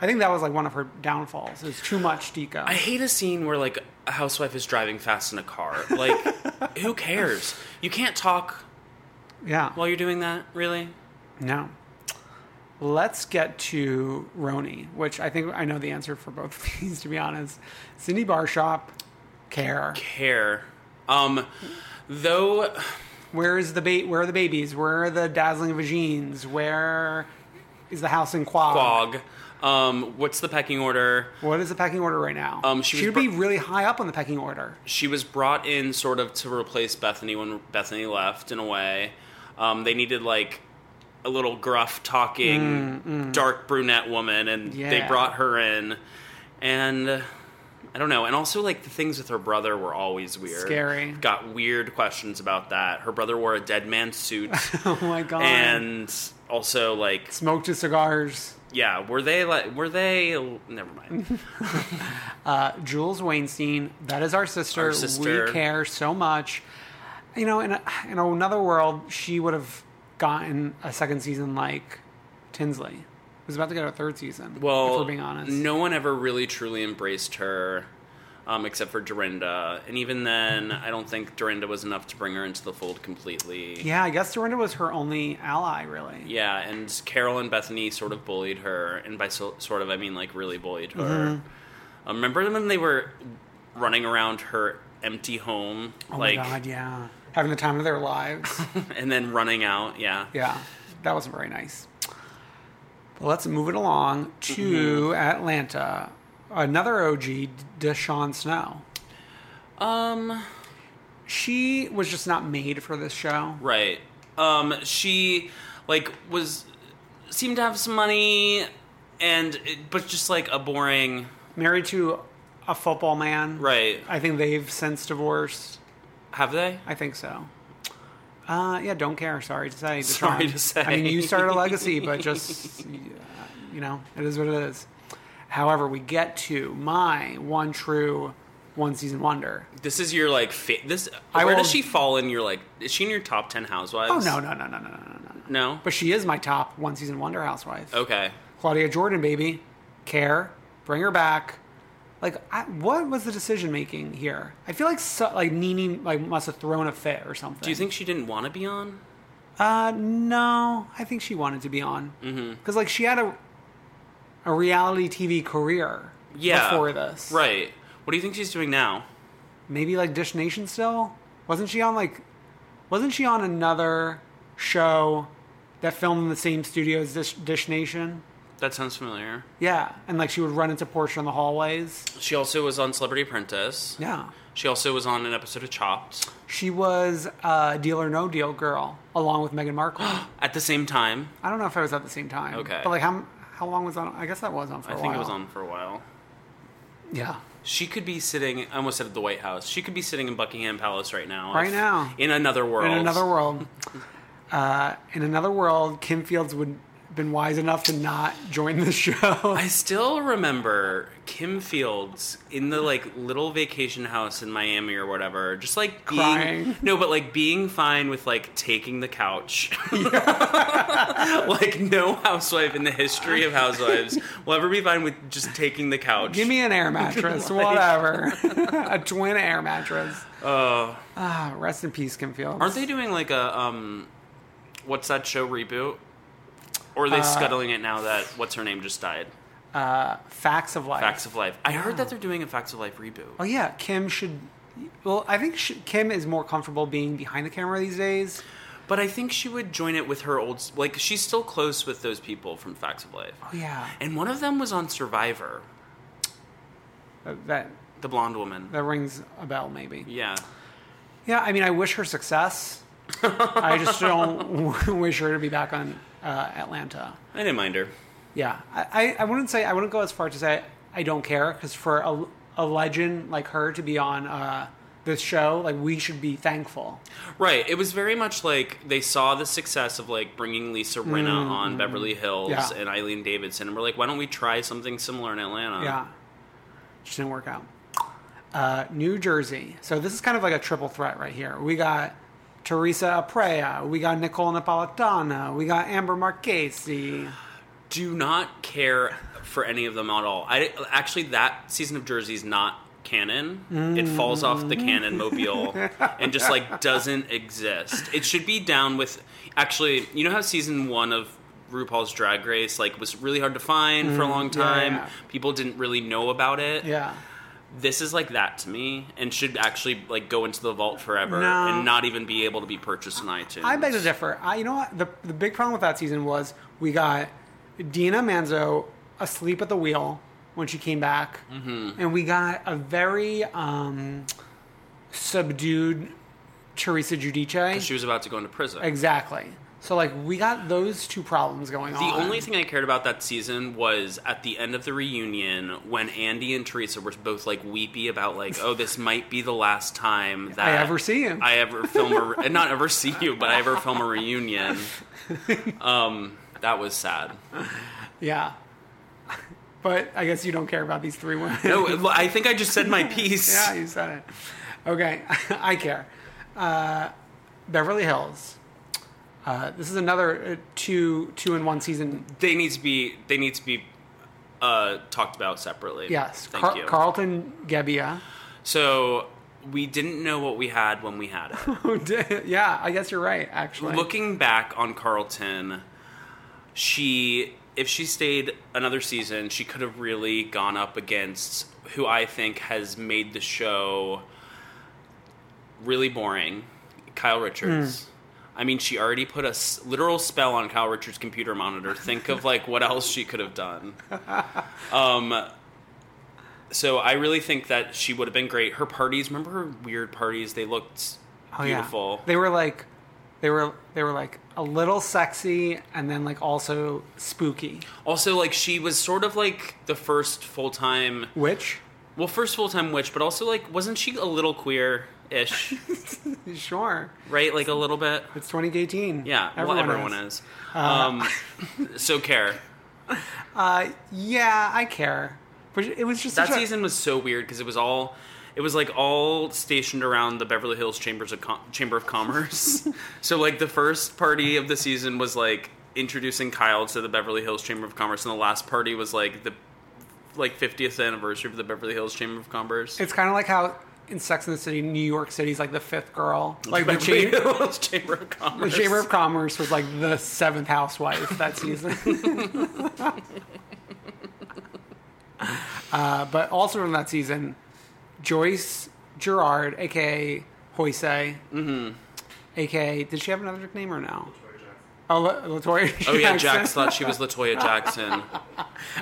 Speaker 3: I think that was like one of her downfalls. It was too much Deco.
Speaker 4: I hate a scene where like a housewife is driving fast in a car. Like, who cares? You can't talk
Speaker 3: yeah.
Speaker 4: while you're doing that. Really?
Speaker 3: No. Let's get to Roni, which I think I know the answer for both of these. To be honest, Cindy Barshop, care.
Speaker 4: Care. Um, though,
Speaker 3: where is the ba- Where are the babies? Where are the dazzling vagines? Where is the house in Quag?
Speaker 4: Quag. Um, what's the pecking order?
Speaker 3: What is the pecking order right now?
Speaker 4: Um, she
Speaker 3: she
Speaker 4: was
Speaker 3: would be really high up on the pecking order.
Speaker 4: she was brought in sort of to replace Bethany when Bethany left in a way. Um, they needed like a little gruff talking dark brunette woman and they
Speaker 3: Mm, Yeah.
Speaker 4: brought her in and uh, I don't know and also like the things with her brother were always weird.
Speaker 3: Scary.
Speaker 4: Got weird questions about that. Her brother wore a dead man suit
Speaker 3: Oh my god!
Speaker 4: and also like
Speaker 3: smoked his cigars.
Speaker 4: yeah, were they like were they never mind.
Speaker 3: Uh, Jules Weinstein, that is our sister.
Speaker 4: Our sister.
Speaker 3: We care so much. You know, in a, in another world, she would have gotten a second season like Tinsley. Was about to get a third season.
Speaker 4: Well,
Speaker 3: if we're being honest,
Speaker 4: no one ever really truly embraced her, um, except for Dorinda. And even then, I don't think Dorinda was enough to bring her into the fold completely.
Speaker 3: Yeah, I guess Dorinda was her only ally, really.
Speaker 4: Yeah, and Carol and Bethany sort of bullied her, and by so, sort of I mean like really bullied her.
Speaker 3: Mm-hmm.
Speaker 4: Uh, remember when they were running around her empty home,
Speaker 3: Oh
Speaker 4: like,
Speaker 3: my god, yeah. Having the time of their lives.
Speaker 4: and then running out? Yeah,
Speaker 3: yeah, that wasn't very nice. But let's move it along to
Speaker 4: Mm-hmm.
Speaker 3: Atlanta. Another OG, Deshaun Snow.
Speaker 4: Um,
Speaker 3: she was just not made for this show.
Speaker 4: Right. Um, she like was seemed to have some money, and it, but just like a boring.
Speaker 3: Married to a football man.
Speaker 4: Right.
Speaker 3: I think they've since divorced.
Speaker 4: Have they?
Speaker 3: I think so. Uh, yeah, don't care. Sorry to say. Deshaun.
Speaker 4: Sorry to say.
Speaker 3: I mean, you started a legacy, but just, you know, it is what it is. However, we get to my one true one season wonder.
Speaker 4: This is your like fa- this.
Speaker 3: I
Speaker 4: where
Speaker 3: will-
Speaker 4: does she fall in your like? Is she in your top ten housewives?
Speaker 3: Oh, no, no, no, no, no, no, no, no.
Speaker 4: no.
Speaker 3: But she is my top one season wonder housewife.
Speaker 4: Okay.
Speaker 3: Claudia Jordan, baby. Care. Bring her back. Like, I, what was the decision making here? I feel like so, like Nene like must have thrown a fit or something.
Speaker 4: Do you think she didn't want to be on?
Speaker 3: Uh, no. I think she wanted to be on because mm-hmm. like she had a a reality TV career
Speaker 4: Yeah.
Speaker 3: before this,
Speaker 4: Right. What do you think she's doing now?
Speaker 3: Maybe like Dish Nation still wasn't she on like wasn't she on another show that filmed in the same studio as Dish, Dish Nation?
Speaker 4: That sounds familiar.
Speaker 3: Yeah, and like she would run into Portia in the hallways.
Speaker 4: She also was on Celebrity Apprentice.
Speaker 3: Yeah.
Speaker 4: She also was on an episode of Chopped
Speaker 3: She was a Deal or No Deal girl, along with Meghan Markle. I
Speaker 4: at the same time.
Speaker 3: don't know if I was at the same time.
Speaker 4: Okay.
Speaker 3: But like, how how long was on? I guess that was on for a
Speaker 4: I
Speaker 3: while.
Speaker 4: think it was on for a while.
Speaker 3: Yeah.
Speaker 4: She could be sitting. I almost said the White House. She could be sitting in Buckingham Palace right now.
Speaker 3: Right
Speaker 4: if-
Speaker 3: now.
Speaker 4: in another world.
Speaker 3: In another world, uh, in another world, Kim Fields would been wise enough to not join the show.
Speaker 4: I still remember Kim Fields in the like little vacation house in Miami or whatever, just like being,
Speaker 3: Crying.
Speaker 4: No, but like being fine with like taking the couch. like no housewife in the history of housewives will ever be fine with just taking the couch.
Speaker 3: Give me an air mattress, whatever. a twin air mattress. Oh. Ah, rest in peace, Kim Fields.
Speaker 4: Uh, Aren't they doing like a um, what's that show reboot? Or are
Speaker 3: Uh,
Speaker 4: they scuttling it now that what's her name just died?
Speaker 3: Facts of life.
Speaker 4: Facts of Life. I heard that they're doing a Facts of Life reboot.
Speaker 3: Oh yeah, Kim should. Well, I think she, Kim is more comfortable being behind the camera these days.
Speaker 4: But I think she would join it with her old, like she's still close with those people from Facts of Life.
Speaker 3: Oh yeah,
Speaker 4: And one of them was on Survivor,
Speaker 3: That- Uh, that
Speaker 4: the blonde woman.
Speaker 3: that rings a bell, maybe.
Speaker 4: yeah.
Speaker 3: Yeah, I mean, I wish her success. I just don't wish her to be back on uh, Atlanta.
Speaker 4: I didn't mind her.
Speaker 3: Yeah, I, I, I wouldn't say I wouldn't go as far to say I don't care because for a, a legend like her to be on uh, this show, like we should be thankful.
Speaker 4: Right. It was very much like they saw the success of like bringing Lisa Rinna on Beverly Hills
Speaker 3: Mm-hmm. Yeah.
Speaker 4: and Eileen Davidson, and we're like, why don't we try something similar in Atlanta?
Speaker 3: Yeah, just didn't work out. Uh, New Jersey. So this is kind of like a triple threat right here. We got Teresa Aprea, we got Nicole Napolitano, we got Amber Marchese.
Speaker 4: Do not care for any of them at all. I actually that season of Jersey's not canon. It falls off the canon mobile and just like doesn't exist. It should be down with actually, you know how season 1 of RuPaul's Drag Race like was really hard to find for a long
Speaker 3: Mm, yeah,
Speaker 4: time.
Speaker 3: yeah.
Speaker 4: People didn't really know about it.
Speaker 3: Yeah,
Speaker 4: this is like that to me and should actually like go into the vault forever
Speaker 3: No.
Speaker 4: and not even be able to be purchased on iTunes.
Speaker 3: I beg to differ. I, you know what? The, the big problem with that season was we got Dina Manzo asleep at the wheel when she came back,
Speaker 4: Mhm.
Speaker 3: and we got a very um, subdued Teresa Giudice.
Speaker 4: she was about to go into prison.
Speaker 3: Exactly. So like we got those two problems going
Speaker 4: The
Speaker 3: on.
Speaker 4: only thing I cared about that season was at the end of the reunion when Andy and Teresa were both like weepy about like, oh, this might be the last time that
Speaker 3: I ever see him.
Speaker 4: I ever film a re- not ever see you, but I ever film a reunion. Um, that was sad.
Speaker 3: yeah. but I guess you don't care about these three women.
Speaker 4: No, well, I think I just said my piece.
Speaker 3: yeah, you said it. Okay, I care. Uh, Beverly Hills. Uh, this is another uh, two two in one season.
Speaker 4: They need to be. They need to be uh, talked about separately.
Speaker 3: Yes,
Speaker 4: thank
Speaker 3: Car-
Speaker 4: you.
Speaker 3: Carlton Gebbia.
Speaker 4: so we didn't know what we had when we had it.
Speaker 3: Who did- yeah, I guess you're right. Actually,
Speaker 4: Looking back on Carlton, she if she stayed another season, she could have really gone up against who I think has made the show really boring, Kyle
Speaker 3: Hmm.
Speaker 4: Richards. I mean, she already put a s- literal spell on Kyle Richards' computer monitor. Think of like what else she could have done. Um, so I really think that she would have been great. Her parties, remember her weird parties? They looked
Speaker 3: Oh, yeah.
Speaker 4: beautiful.
Speaker 3: They were like, they were they were like a little sexy and then like also spooky.
Speaker 4: Also, like she was sort of like the first full time
Speaker 3: witch.
Speaker 4: Well, first full time witch, but also like wasn't she a little queer ish?
Speaker 3: Sure.
Speaker 4: right, like a little bit.
Speaker 3: It's 2018.
Speaker 4: Yeah,
Speaker 3: Everyone
Speaker 4: well, everyone
Speaker 3: is.
Speaker 4: is.
Speaker 3: Uh,
Speaker 4: um, so care.
Speaker 3: Uh, yeah, I care, but it was just
Speaker 4: That
Speaker 3: such a-
Speaker 4: season was so weird because it was all, it was like all stationed around the Beverly Hills Chambers of Com- Chamber of Commerce. so like the first party of the season was like introducing Kyle to the Beverly Hills Chamber of Commerce, and the last party was like the like 50th anniversary of the Beverly Hills Chamber of Commerce.
Speaker 3: It's kind of like how in Sex and the City, New York City's like the fifth girl, like
Speaker 4: Like
Speaker 3: the,
Speaker 4: Beverly
Speaker 3: cha-
Speaker 4: Hills Chamber of
Speaker 3: the
Speaker 4: Commerce.
Speaker 3: Chamber of Commerce was like the seventh housewife that season. uh, but also from that season, Joyce Gerard, aka Hoisey, mm-hmm. aka did she have another nickname or no? Oh, La- Latoya.
Speaker 4: Oh yeah,
Speaker 3: Jackson.
Speaker 4: Jax thought she was Latoya Jackson.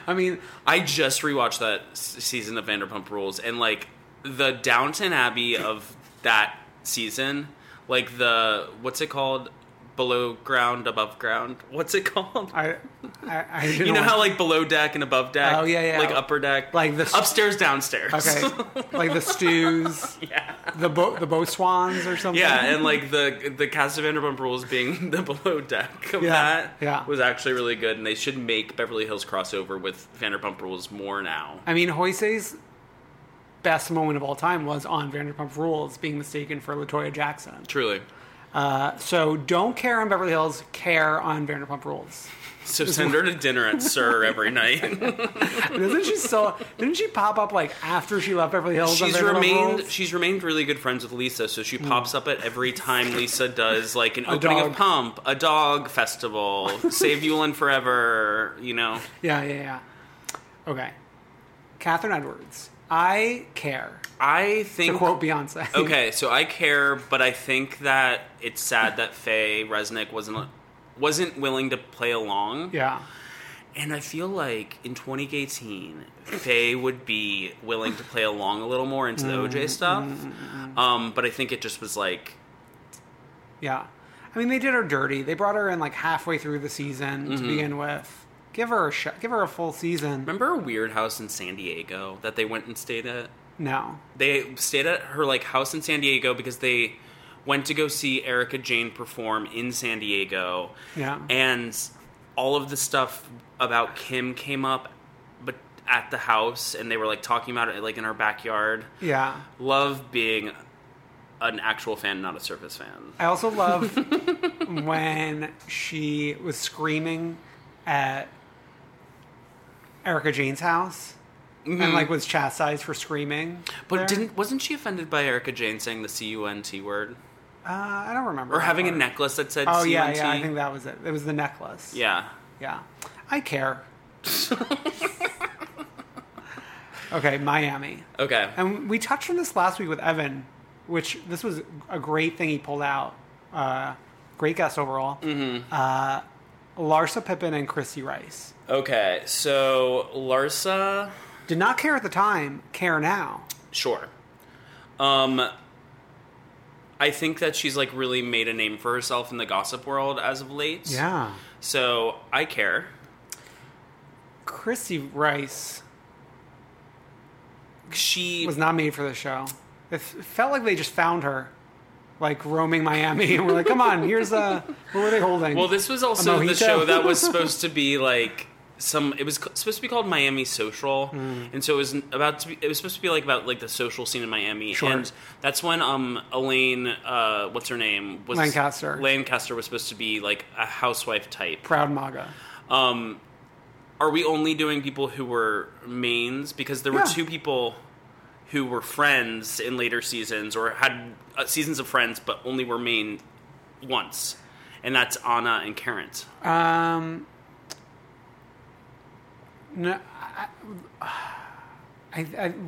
Speaker 3: I mean,
Speaker 4: I just rewatched that s- season of Vanderpump Rules, and like the Downton Abbey of that season, like the what's it called? Below ground, above ground. What's it called?
Speaker 3: I, I, I didn't
Speaker 4: you know
Speaker 3: want-
Speaker 4: how like below deck and above deck.
Speaker 3: Oh, yeah, yeah.
Speaker 4: Like upper deck,
Speaker 3: Like the-
Speaker 4: upstairs, downstairs.
Speaker 3: Okay, like the stews, the bo- the bow swans or something.
Speaker 4: Yeah, and like the the cast of Vanderpump Rules being the below deck of
Speaker 3: Yeah,
Speaker 4: that
Speaker 3: yeah.
Speaker 4: was actually really good, and they should make Beverly Hills crossover with Vanderpump Rules more now.
Speaker 3: I mean, Hoisey's best moment of all time was on Vanderpump Rules, being mistaken for Latoya Jackson.
Speaker 4: Truly,
Speaker 3: Uh, so don't care on Beverly Hills, care on Vanderpump Rules.
Speaker 4: so send her to dinner at Sir every night.
Speaker 3: Doesn't she still? Didn't she pop up like after she left Beverly Hills? on
Speaker 4: she's
Speaker 3: Vanderpump
Speaker 4: remained
Speaker 3: Rules?
Speaker 4: she's remained really good friends with Lisa, so she
Speaker 3: Mm.
Speaker 4: pops up at every time Lisa does like an
Speaker 3: A
Speaker 4: opening
Speaker 3: dog.
Speaker 4: of Pump, a dog festival, Save Yulin Forever. You know,
Speaker 3: Yeah, yeah, yeah. Okay, Catherine Edwards. I care.
Speaker 4: I think
Speaker 3: to quote Beyonce.
Speaker 4: okay, so I care, but I think that it's sad that Faye Resnick wasn't wasn't willing to play along.
Speaker 3: Yeah.
Speaker 4: And I feel like in 2018, Faye would be willing to play along a little more into the OJ stuff. Um, but I think it just was like,
Speaker 3: Yeah. I mean, they did her dirty. They brought her in like halfway through the season to
Speaker 4: Mhm.
Speaker 3: begin with. Give her a sh- give her a full season.
Speaker 4: remember a weird house in San Diego that they went and stayed at?
Speaker 3: No.
Speaker 4: They stayed at her like house in San Diego because they went to go see Erica Jane perform in San Diego.
Speaker 3: Yeah.
Speaker 4: and all of the stuff about Kim came up, but at the house, and they were like talking about it like in our backyard.
Speaker 3: Yeah.
Speaker 4: Love being an actual fan, not a surface fan.
Speaker 3: I also love when she was screaming at Erica Jane's house
Speaker 4: Mhm.
Speaker 3: and like was chastised for screaming.
Speaker 4: But
Speaker 3: there.
Speaker 4: didn't wasn't she offended by Erica Jane saying the C U N T word
Speaker 3: uh, I don't remember.
Speaker 4: or
Speaker 3: that
Speaker 4: having a
Speaker 3: part.
Speaker 4: necklace that said
Speaker 3: Oh
Speaker 4: C U
Speaker 3: yeah,
Speaker 4: N T?
Speaker 3: yeah. I think that was it. It was the necklace.
Speaker 4: Yeah.
Speaker 3: Yeah. I care. Okay, Miami.
Speaker 4: Okay.
Speaker 3: And we touched on this last week with Evan, which this was a great thing he pulled out. Uh, great guess overall.
Speaker 4: Mhm.
Speaker 3: Uh, Larsa Pippen and Christy Rice.
Speaker 4: Okay, so Larsa.
Speaker 3: Did not care at the time, care now.
Speaker 4: Sure. Um, I think that she's like really made a name for herself in the gossip world as of late.
Speaker 3: Yeah.
Speaker 4: So I care.
Speaker 3: Christy Rice
Speaker 4: she
Speaker 3: was not made for the show. It f- felt like they just found her, like roaming Miami, and we're like, "Come on, here's a what were they holding?"
Speaker 4: Well, this was
Speaker 3: A
Speaker 4: also the
Speaker 3: mojito?
Speaker 4: show that was supposed to be like some. It was c- supposed to be called Miami Social,
Speaker 3: Hmm.
Speaker 4: and so it was n- about to be. It was supposed to be like about like the social scene in Miami,
Speaker 3: Sure.
Speaker 4: and that's when um Elaine, uh, what's her name, was
Speaker 3: Lancaster.
Speaker 4: Lancaster was supposed to be like a housewife type.
Speaker 3: proud MAGA.
Speaker 4: Um, are we only doing people who were mains? Because there were
Speaker 3: Yeah.
Speaker 4: two people who were friends in later seasons or had uh, seasons of friends, but only were main once, and that's Anna and Karen.
Speaker 3: Um, no, I, I, I,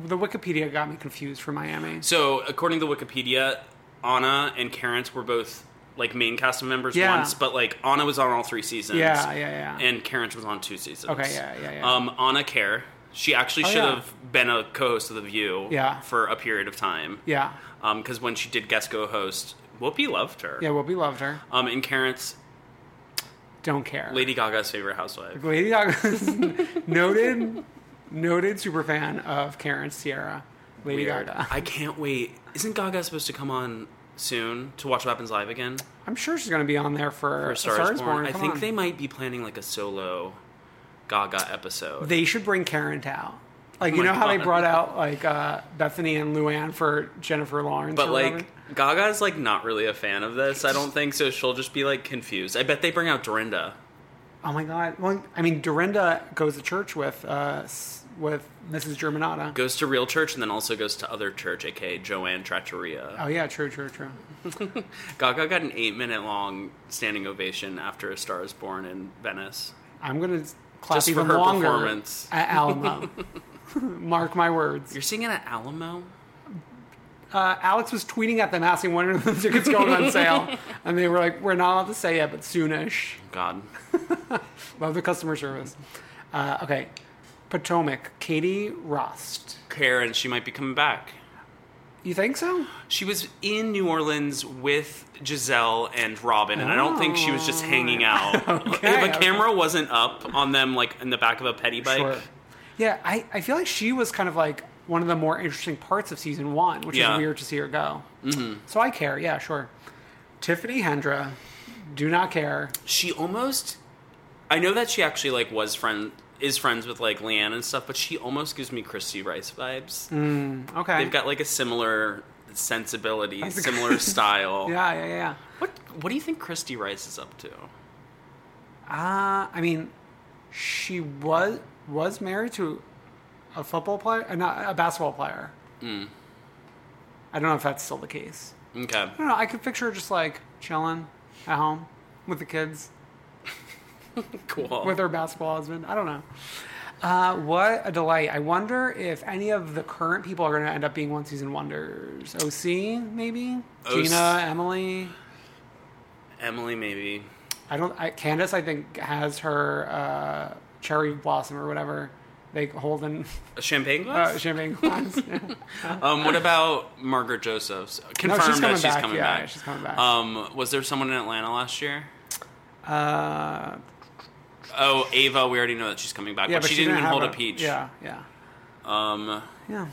Speaker 3: the Wikipedia got me confused for Miami.
Speaker 4: So, according to Wikipedia, Anna and Karen were both like main cast members
Speaker 3: Yeah.
Speaker 4: once, but like Anna was on all three seasons.
Speaker 3: Yeah, yeah, yeah.
Speaker 4: And Karen was on two seasons.
Speaker 3: Okay, yeah, yeah, yeah.
Speaker 4: Um, Anna Care, she actually
Speaker 3: Oh,
Speaker 4: should
Speaker 3: yeah.
Speaker 4: have been a co-host of The View.
Speaker 3: Yeah.
Speaker 4: For a period of time.
Speaker 3: Yeah,
Speaker 4: Um, because when she did guest co-host, Whoopi loved her.
Speaker 3: yeah. Whoopi loved her.
Speaker 4: Um, and Karen's
Speaker 3: Don't care.
Speaker 4: Lady Gaga's favorite housewife.
Speaker 3: Lady Gaga, noted, noted super fan of Karen Sierra. Lady
Speaker 4: Weird.
Speaker 3: Gaga.
Speaker 4: I can't wait. Isn't Gaga supposed to come on soon to watch What Happens Live again?
Speaker 3: I'm sure she's going to be on there for,
Speaker 4: for
Speaker 3: A
Speaker 4: Star, is Born. I
Speaker 3: Come
Speaker 4: think
Speaker 3: on.
Speaker 4: they might be planning like a solo Gaga episode.
Speaker 3: They should bring Karen out. Like
Speaker 4: Oh
Speaker 3: you
Speaker 4: my
Speaker 3: know how they
Speaker 4: God.
Speaker 3: brought out like uh, Bethany and Luann for Jennifer Lawrence,
Speaker 4: but
Speaker 3: or
Speaker 4: like
Speaker 3: whatever?
Speaker 4: Gaga's like not really a fan of this, I don't think, so she'll just be like confused. I bet they bring out Dorinda.
Speaker 3: oh my god! Well, I mean, Dorinda goes to church with uh, s- with Mrs. Germanata.
Speaker 4: Goes to real church and then also goes to other church, aka Joanne Trattoria.
Speaker 3: Oh yeah, true, true, true.
Speaker 4: Gaga got an eight minute long standing ovation after a Star is Born in Venice.
Speaker 3: I'm gonna clap
Speaker 4: Just for
Speaker 3: even
Speaker 4: her
Speaker 3: longer
Speaker 4: performance.
Speaker 3: at Alamo. Mark my words.
Speaker 4: You're singing at Alamo?
Speaker 3: uh, Alex was tweeting at them asking when are the tickets going on sale, and they were like, "We're not allowed to say yet, but soonish."
Speaker 4: God.
Speaker 3: Love the customer service. Uh, okay, Potomac, Katie Rost.
Speaker 4: Karen, she might be coming back.
Speaker 3: You think so?
Speaker 4: She was in New Orleans with Giselle and Robin, and I don't think she was just hanging out.
Speaker 3: Okay,
Speaker 4: the camera wasn't up on them, like in the back of a petty bike.
Speaker 3: Sure. Yeah, I, I feel like she was kind of like one of the more interesting parts of season one, which
Speaker 4: Yeah.
Speaker 3: is weird to see her go.
Speaker 4: Mhm.
Speaker 3: So I care. Yeah, sure. Tiffany Hendra, do not care.
Speaker 4: She almost. I know that she actually like was friend is friends with like Leanne and stuff, but she almost gives me Christy Rice vibes.
Speaker 3: Mm, okay.
Speaker 4: They've got like a similar sensibility,
Speaker 3: That's a-
Speaker 4: similar style.
Speaker 3: yeah, yeah, yeah.
Speaker 4: What What do you think Christy Rice is up to?
Speaker 3: Uh, I mean, she was was married to a football player, uh, not a basketball player.
Speaker 4: Mm.
Speaker 3: I don't know if that's still the case.
Speaker 4: Okay.
Speaker 3: I don't know. I could picture her just like chilling at home with the kids,
Speaker 4: Cool.
Speaker 3: with her basketball husband. I don't know. Uh, what a delight! I wonder if any of the current people are going to end up being one season wonders. OC maybe
Speaker 4: O-
Speaker 3: Gina, Emily.
Speaker 4: Emily, maybe.
Speaker 3: I don't. I, Candace, I think has her uh, cherry blossom or whatever they hold in
Speaker 4: A champagne
Speaker 3: uh,
Speaker 4: glass?
Speaker 3: champagne glass.
Speaker 4: Um, what about Margaret Josephs? Confirmed
Speaker 3: she's
Speaker 4: that
Speaker 3: coming
Speaker 4: she's
Speaker 3: back.
Speaker 4: coming
Speaker 3: Yeah,
Speaker 4: back.
Speaker 3: she's coming back.
Speaker 4: Um, was there someone in Atlanta last year?
Speaker 3: uh,
Speaker 4: Oh, Ava. We already know that she's coming back,
Speaker 3: yeah,
Speaker 4: but, she, didn't even
Speaker 3: have
Speaker 4: hold a, peach.
Speaker 3: Yeah, yeah,
Speaker 4: Um,
Speaker 3: yeah.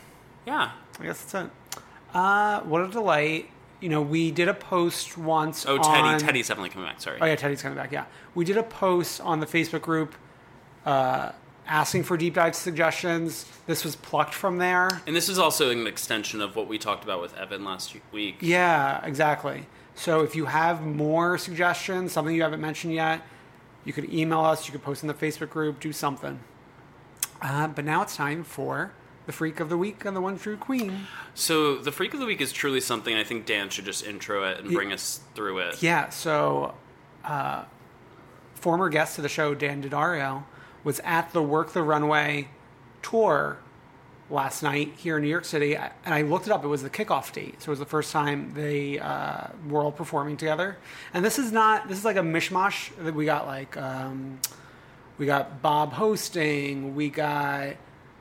Speaker 4: yeah.
Speaker 3: I guess that's it. Uh, what a delight. You know, we did a post once.
Speaker 4: Oh, Teddy.
Speaker 3: on-
Speaker 4: Teddy's definitely coming back. Sorry.
Speaker 3: Oh yeah, Teddy's coming back. Yeah, we did a post on the Facebook group uh, asking for deep dive suggestions. This was plucked from there.
Speaker 4: And this is also an extension of what we talked about with Evan last week.
Speaker 3: Yeah, exactly. So if you have more suggestions, something you haven't mentioned yet, you could email us. You could post in the Facebook group. Do something. Uh, but now it's time for the freak of the week and the one true queen.
Speaker 4: So the freak of the week is truly something. I think Dan should just intro it and
Speaker 3: Ye-
Speaker 4: bring us through it.
Speaker 3: Yeah, so uh, former guest to the show, Dan Didario, was at the Work the Runway tour last night here in New York City, I- and I looked it up. It was the kickoff date, so it was the first time they uh, were all performing together. And this is not this is like a mishmash that we got like um, we got Bob hosting, we got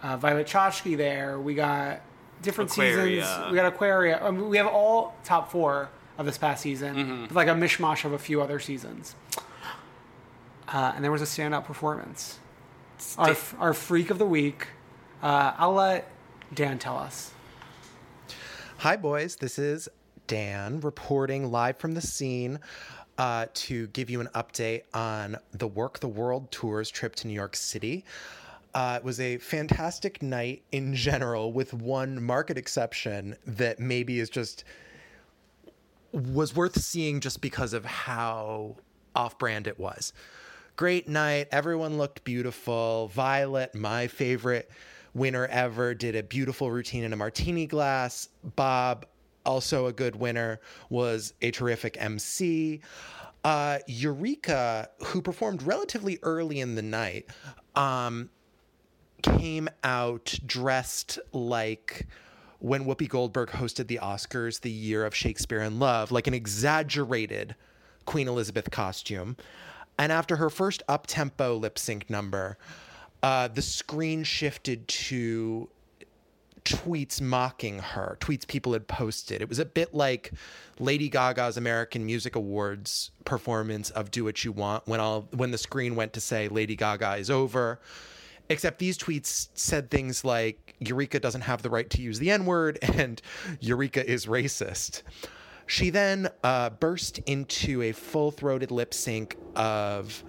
Speaker 3: uh, Violet Chachki there, we got different
Speaker 4: Aquaria.
Speaker 3: seasons, we got Aquaria. I mean, we have all top four of this past season,
Speaker 4: Mhm.
Speaker 3: but like a mishmash of a few other seasons. Uh, and there was a standout performance. Our, f- our freak of the week. Uh, I'll let Dan tell us.
Speaker 7: Hi, boys. This is Dan reporting live from the scene uh, to give you an update on the Work the World Tour's trip to New York City. Uh, it was a fantastic night in general, with one market exception that maybe is just was worth seeing just because of how off brand it was. Great night. Everyone looked beautiful. Violet, my favorite winner ever, did a beautiful routine in a martini glass. Bob, also a good winner, was a terrific MC. Uh, Eureka, who performed relatively early in the night, um, came out dressed like when Whoopi Goldberg hosted the Oscars the year of Shakespeare in Love, like an exaggerated Queen Elizabeth costume. And after her first up tempo lip sync number, uh, the screen shifted to tweets mocking her, tweets people had posted. It was a bit like Lady Gaga's American Music Awards performance of Do What You Want when all when the screen went to say Lady Gaga is over. Except these tweets said things like Eureka doesn't have the right to use the N-word and Eureka is racist. She then uh, burst into a full-throated lip sync of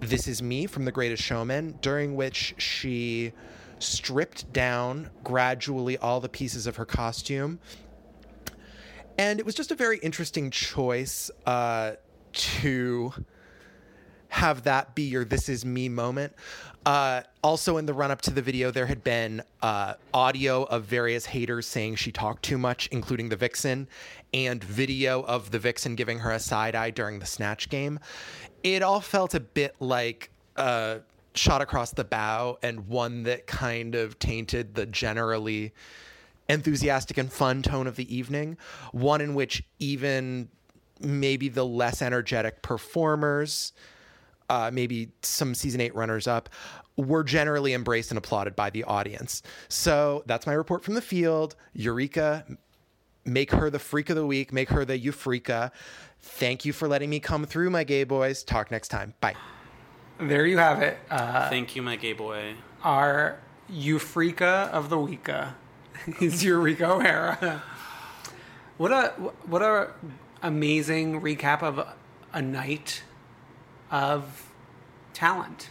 Speaker 7: this Is Me from The Greatest Showman, during which she stripped down gradually all the pieces of her costume. And it was just a very interesting choice uh, to have that be your This Is Me moment. Uh, also, in the run up to the video, there had been uh, audio of various haters saying she talked too much, including the vixen, and video of the vixen giving her a side eye during the snatch game. It all felt a bit like a shot across the bow and one that kind of tainted the generally enthusiastic and fun tone of the evening, one in which even maybe the less energetic performers, uh, maybe some season eight runners up, were generally embraced and applauded by the audience. So that's my report from the field. Eureka, make her the freak of the week, make her the euphreca. Thank you for letting me come through, my gay boys. Talk next time. Bye.
Speaker 3: There you have it. Uh,
Speaker 4: Thank you, my gay boy.
Speaker 3: our Euphreca of the Weeka is Eureka O'Hara. What a what a amazing recap of a night of talent.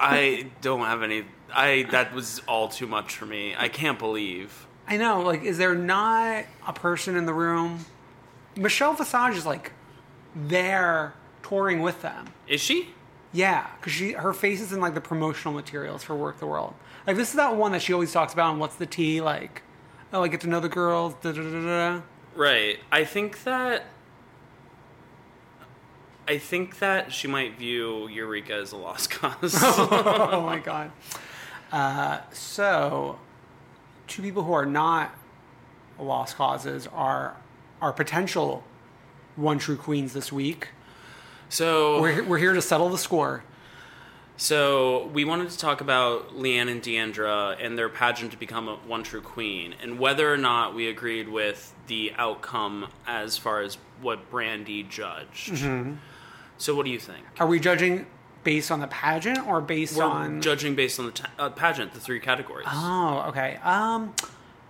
Speaker 4: I don't have any. I that was all too much for me. I can't believe.
Speaker 3: I know, like, is there not a person in the room? Michelle Visage is like there touring with them.
Speaker 4: Is she?
Speaker 3: Yeah, because she her face is in like the promotional materials for Work the World. Like this is that one that she always talks about. And what's the tea? Like, oh, I get to know the girls. Da, da, da, da. da.
Speaker 4: Right. I think that. I think that she might view Eureka as a lost cause.
Speaker 3: oh my god. Uh, so, two people who are not lost causes are our potential one true queens this week.
Speaker 4: So
Speaker 3: we're we're here to settle the score.
Speaker 4: So we wanted to talk about Leanne and Deandra and their pageant to become a one true queen, and whether or not we agreed with the outcome as far as what Brandy judged.
Speaker 3: Mhm.
Speaker 4: So what do you think?
Speaker 3: Are we judging based on the pageant or based
Speaker 4: We're
Speaker 3: on
Speaker 4: judging based on the t- uh, pageant, the three categories.
Speaker 3: Oh, okay. Um,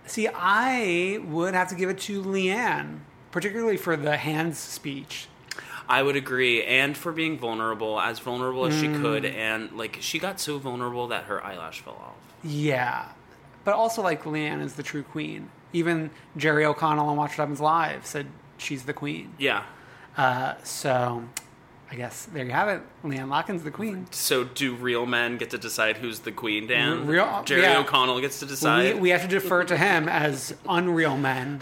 Speaker 3: see, I would have to give it to Leanne, particularly for the hands speech.
Speaker 4: I would agree, and for being vulnerable, as vulnerable as she
Speaker 3: Mm.
Speaker 4: could, and like she got so vulnerable that her eyelash fell off.
Speaker 3: Yeah, but also like Leanne is the true queen. Even Jerry O'Connell on Watch What Happens Live said she's the queen.
Speaker 4: Yeah.
Speaker 3: Uh, so I guess there you have it. Leanne Lockins, the queen.
Speaker 4: So do real men get to decide who's the queen, Dan?
Speaker 3: Real-
Speaker 4: Jerry
Speaker 3: yeah.
Speaker 4: O'Connell gets to decide.
Speaker 3: We, we have to defer to him as unreal men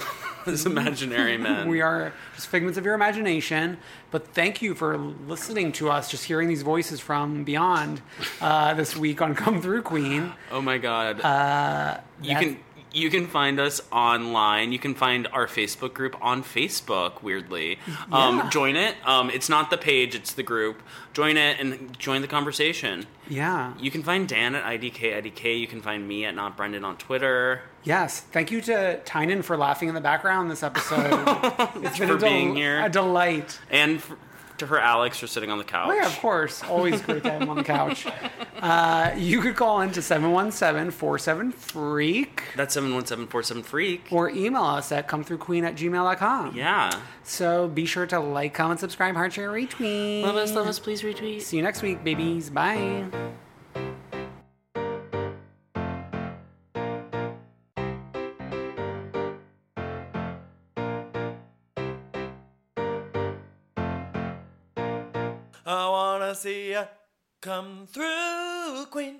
Speaker 4: as imaginary men.
Speaker 3: We are just figments of your imagination. But thank you for listening to us, just hearing these voices from beyond uh, this week on Come Through Queen.
Speaker 4: Oh my god.
Speaker 3: Uh,
Speaker 4: you can you can find us online. You can find our Facebook group on Facebook. Weirdly,
Speaker 3: Yeah.
Speaker 4: um, join it. Um, it's not the page; it's the group. Join it and join the conversation.
Speaker 3: Yeah.
Speaker 4: You can find Dan at IDK IDK. You can find me at Not Brendan on Twitter.
Speaker 3: Yes. Thank you to Tynan for laughing in the background this episode. it's been
Speaker 4: for
Speaker 3: a del-
Speaker 4: being here.
Speaker 3: a delight.
Speaker 4: And f to her Alex for sitting on the couch.
Speaker 3: Oh, yeah, of course. Always great to have him on the couch. Uh, you could call in to 717 47 Freak.
Speaker 4: That's 717 47 Freak.
Speaker 3: Or email us at comethroughqueen at gmail.com.
Speaker 4: Yeah.
Speaker 3: So be sure to like, comment, subscribe, heart share, retweet.
Speaker 4: Love us, love us, please retweet.
Speaker 3: See you next week, babies. Bye.
Speaker 2: I wanna see ya come through, Queen.